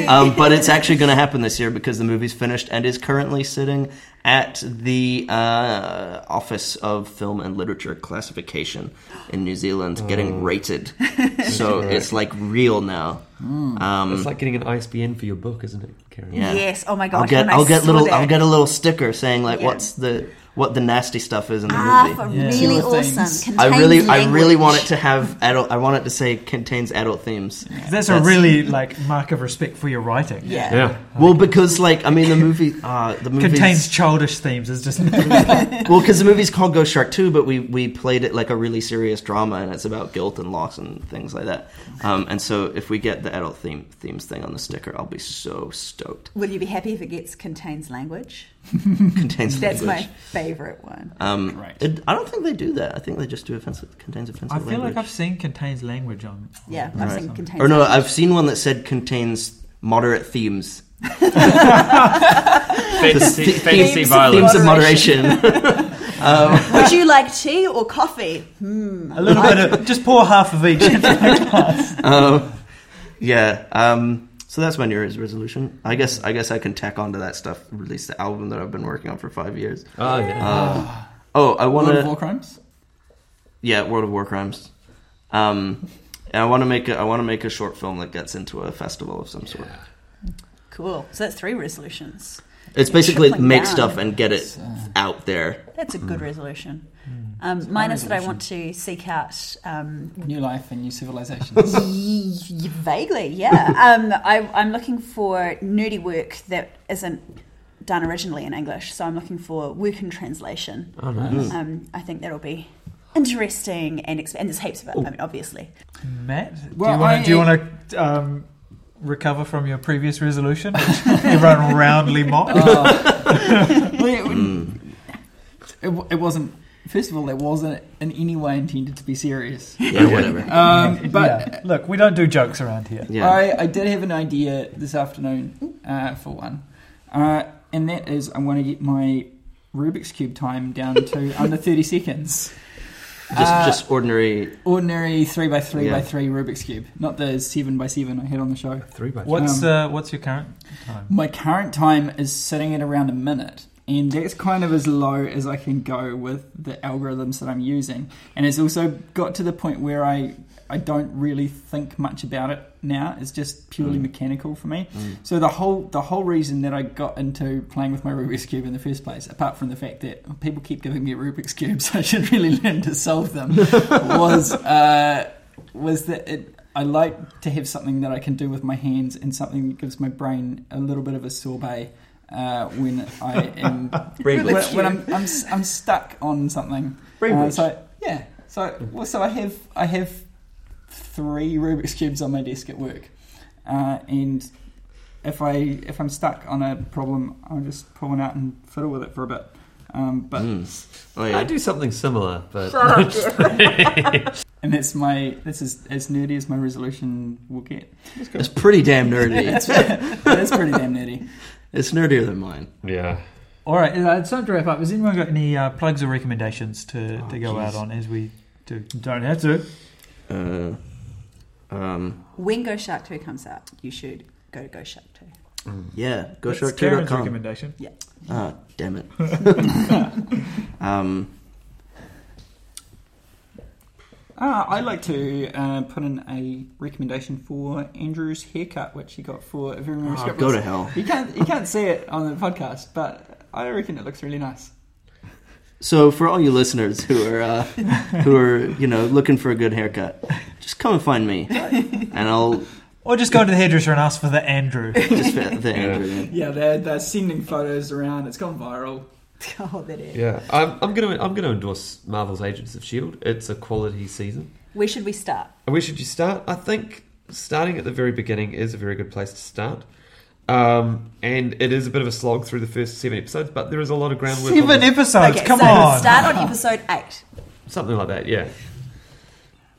B: um, but it's actually going to happen this year because the movie's finished and is currently sitting at the uh, Office of Film and Literature Classification in New Zealand, getting rated. so it's like real now.
C: Mm.
B: Um,
E: It's like getting an ISBN for your book, isn't it, Karen?
B: yeah.
C: Yes. Oh my gosh.
B: I'll get
C: when I
B: I'll get
C: saw
B: little
C: that.
B: I'll get a little sticker saying like
C: Yeah.
B: what's the what the nasty stuff is in the
F: Ah,
B: movie.
F: for
A: Yeah.
F: really
D: Two things.
F: awesome.
B: I
F: Contains
B: really, I
F: language.
B: really want it to have adult. I want it to say contains adult themes.
A: That's, a really like mark of respect for your writing.
C: Yeah.
E: Yeah.
B: Well, because like I mean, the movie, uh,
A: <laughs>
B: the movie
A: Contains childish themes. It's <laughs> just
B: Well, because the movie's called Ghost Shark Two, but we we played it like a really serious drama, and it's about guilt and loss and things like that. Um, and so, if we get the adult theme themes thing on the sticker, I'll be so stoked. <laughs>
C: Will you be happy if it gets contains language?
B: Contains
C: That's
B: language.
C: my favorite one.
B: Um,
D: Right.
B: it- I don't think they do that. I think they just do offensive contains offensive.
A: I feel
B: language.
A: like I've seen contains language on.
C: Yeah, I've
B: Right.
C: seen contains.
B: Or no,
C: language.
B: I've seen one that said contains moderate themes.
E: Fantasy,
B: Themes-
E: fantasy
C: themes-
E: violence.
B: Themes of moderation.
C: Would you like tea or coffee?
A: A little bit
C: <laughs>
A: of just pour half <laughs> of each.
B: um, yeah. Um, so that's my New Year's resolution. I guess I guess I can tack onto that stuff. Release the album that I've been working on for five years.
E: Oh, yeah.
B: Oh, I want
D: Ah. World of
B: to.
D: War Crimes?
B: Yeah, World of War Crimes. Um, and I want to make a, I want to make a short film that gets into a festival of some sort.
C: Cool. So that's three resolutions.
B: It's basically
C: Tripling
B: make
C: down.
B: stuff and get it
D: uh,
B: out there.
C: That's a good
A: Mm.
C: resolution. Um, mine is that I want to seek out um,
D: New life and new civilizations.
E: <laughs>
C: Y- y-
A: <laughs>
C: Vaguely, yeah. um, I, I'm looking for nerdy work that isn't done originally in English, so I'm looking for work in translation.
E: Oh, nice.
B: Mm.
C: Um, I think that'll be interesting, and exp- and there's heaps of it. I mean, obviously.
A: Matt, do
D: Well,
A: you want
D: I-
A: to do you want to um, recover from your previous resolution? <laughs> which Everyone roundly mocked.
D: <laughs> Well, yeah,
B: Mm.
D: it, w- it wasn't. First of all, it wasn't in any way intended to be serious.
B: Yeah, whatever.
A: Uh,
D: Um, but
A: <laughs> Yeah. look, we don't do jokes around here.
B: Yeah.
D: I, I did have an idea this afternoon uh, for one, uh, and that is I want to get my Rubik's cube time down
B: <laughs>
D: to under thirty seconds.
B: just
D: Uh,
B: just ordinary.
D: ordinary three by three by
B: Yeah.
D: three Rubik's cube, not the seven by seven I had on the show.
E: Three by
A: What's
D: Um,
A: uh, what's your current time?
D: My current time is sitting at around a minute, and that's kind of as low as I can go with the algorithms that I'm using. And it's also got to the point where I I don't really think much about it now. It's just purely mechanical for me.
B: mm.
D: So the whole the whole reason that I got into playing with my Rubik's cube in the first place, apart from the fact that people keep giving me Rubik's cubes, <laughs> I should really learn to solve them, was uh, was that it. I like to have something that I can do with my hands and something that gives my brain a little bit of a sorbet uh, when I am when,
B: Brainless.
D: when I'm, I'm I'm stuck on something. Uh,
B: Brainless.
D: so yeah, so well, so I have I have three Rubik's cubes on my desk at work, uh, and if I if I'm stuck on a problem, I'll just pull one out and fiddle with it for a bit. Um, but
B: Mm. Oh
E: I
B: yeah.
E: do something similar, but
D: and that's my this is as nerdy as my resolution will get.
B: It's pretty damn nerdy. It's,
D: That's pretty damn nerdy.
B: it's nerdier than mine.
E: yeah.
A: All right, uh, it's time to wrap up. Has anyone got any uh, plugs or recommendations to, to go
B: jeez.
A: out on as we do? Oh, Don't have to.
B: Uh, um,
C: When Go Shark 2 comes out, you should go to Go Shark 2.
B: yeah. Go
A: That's
B: short
A: Karen's recommendation.
B: Ah, damn it.
A: <laughs>
B: um,
D: Ah, I like to uh, put in a recommendation for Andrew's haircut, which he got for if you remember.
B: oh,
D: Scribbles.
B: go to hell.
D: You can't you can't see it on the podcast, but I reckon it looks really nice.
B: So for all you listeners who are uh, who are you know looking for a good haircut, just come and find me, and I'll
A: Or just go to the hairdresser and ask for the Andrew.
B: just fit the Andrew. in.
D: Yeah, they're, they're sending photos around. It's gone viral.
C: <laughs> Oh, that is.
E: Yeah, I'm, I'm gonna I'm gonna endorse Marvel's Agents of Shield. It's a quality season.
C: Where should we start?
E: And Where should you start? I think starting at the very beginning is a very good place to start. Um, and it is a bit of a slog through the first seven episodes, but there is a lot of groundwork. on
A: Seven
E: the-
A: episodes. Oh, come
C: so
A: on.
C: start on episode 8.
E: something like that. Yeah,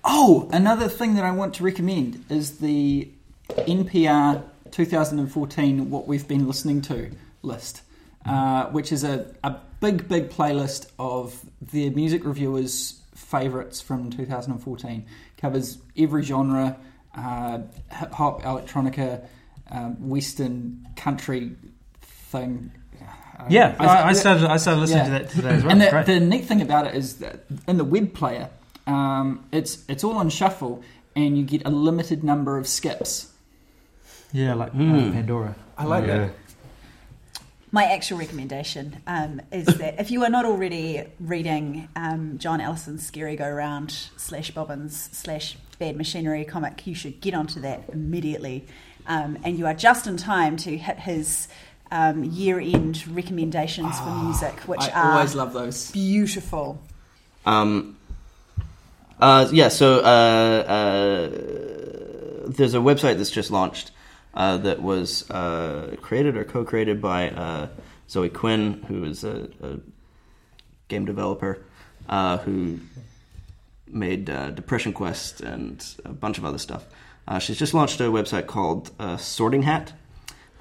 D: Oh, another thing that I want to recommend is the NPR 2014 What We've Been Listening To list, uh, which is a, a big, big playlist of the music reviewers' favourites from 2014. Covers every genre uh, hip hop, electronica, um, Western, country thing. Uh,
A: Yeah, I, I started. I started listening to that today as well.
D: <laughs> and the,
A: Great.
D: the neat thing about it is that in the web player, um, it's it's all on shuffle, and you get a limited number of skips.
A: yeah, like uh,
B: Mm.
A: Pandora.
D: Hmm. I like
E: yeah.
C: My actual recommendation um, is that if you are not already reading um, John Ellison's Scary Go Round slash Bobbins slash Bad Machinery comic, you should get onto that immediately. Um, and you are just in time to hit his um, year end recommendations for music, which
D: Ah, I
C: are
D: always love those.
C: beautiful.
B: Um, uh, yeah. So uh, uh, there's a website that's just launched uh, that was uh, created or co-created by uh, Zoe Quinn, who is a, a game developer uh, who made uh, Depression Quest and a bunch of other stuff. Uh, she's just launched a website called uh, Sorting Hat,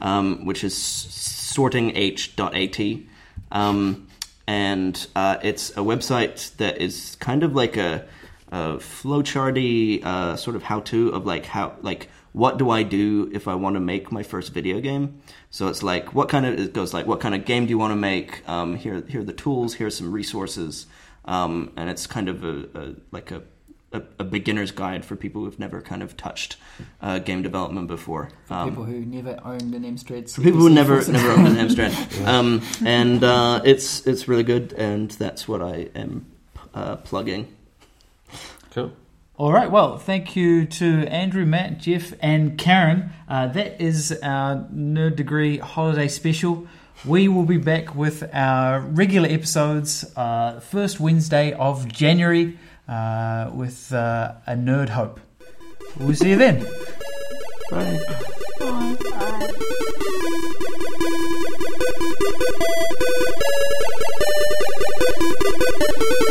B: um, which is sortingh.at. Um, and uh, it's a website that is kind of like a, a flowcharty uh, sort of how-to of like how like what do I do if I want to make my first video game? So it's like what kind of it goes like what kind of game do you want to make? Um, here here are the tools. Here are some resources, um, and it's kind of a, a like a a, a beginner's guide for people who've never kind of touched uh, game development before. Um,
D: people who never owned an Amstrad.
B: for people who
D: <laughs>
B: never never owned an Amstrad. Um, and uh, it's it's really good, and that's what I am uh, plugging.
E: Cool.
A: All right. Well, thank you to Andrew, Matt, Jeff, and Karen. Uh, that is our Nerd Degree Holiday Special. We will be back with our regular episodes uh, first Wednesday of January uh, with uh, a Nerd Hope. We'll see you then.
B: Bye.
F: Bye.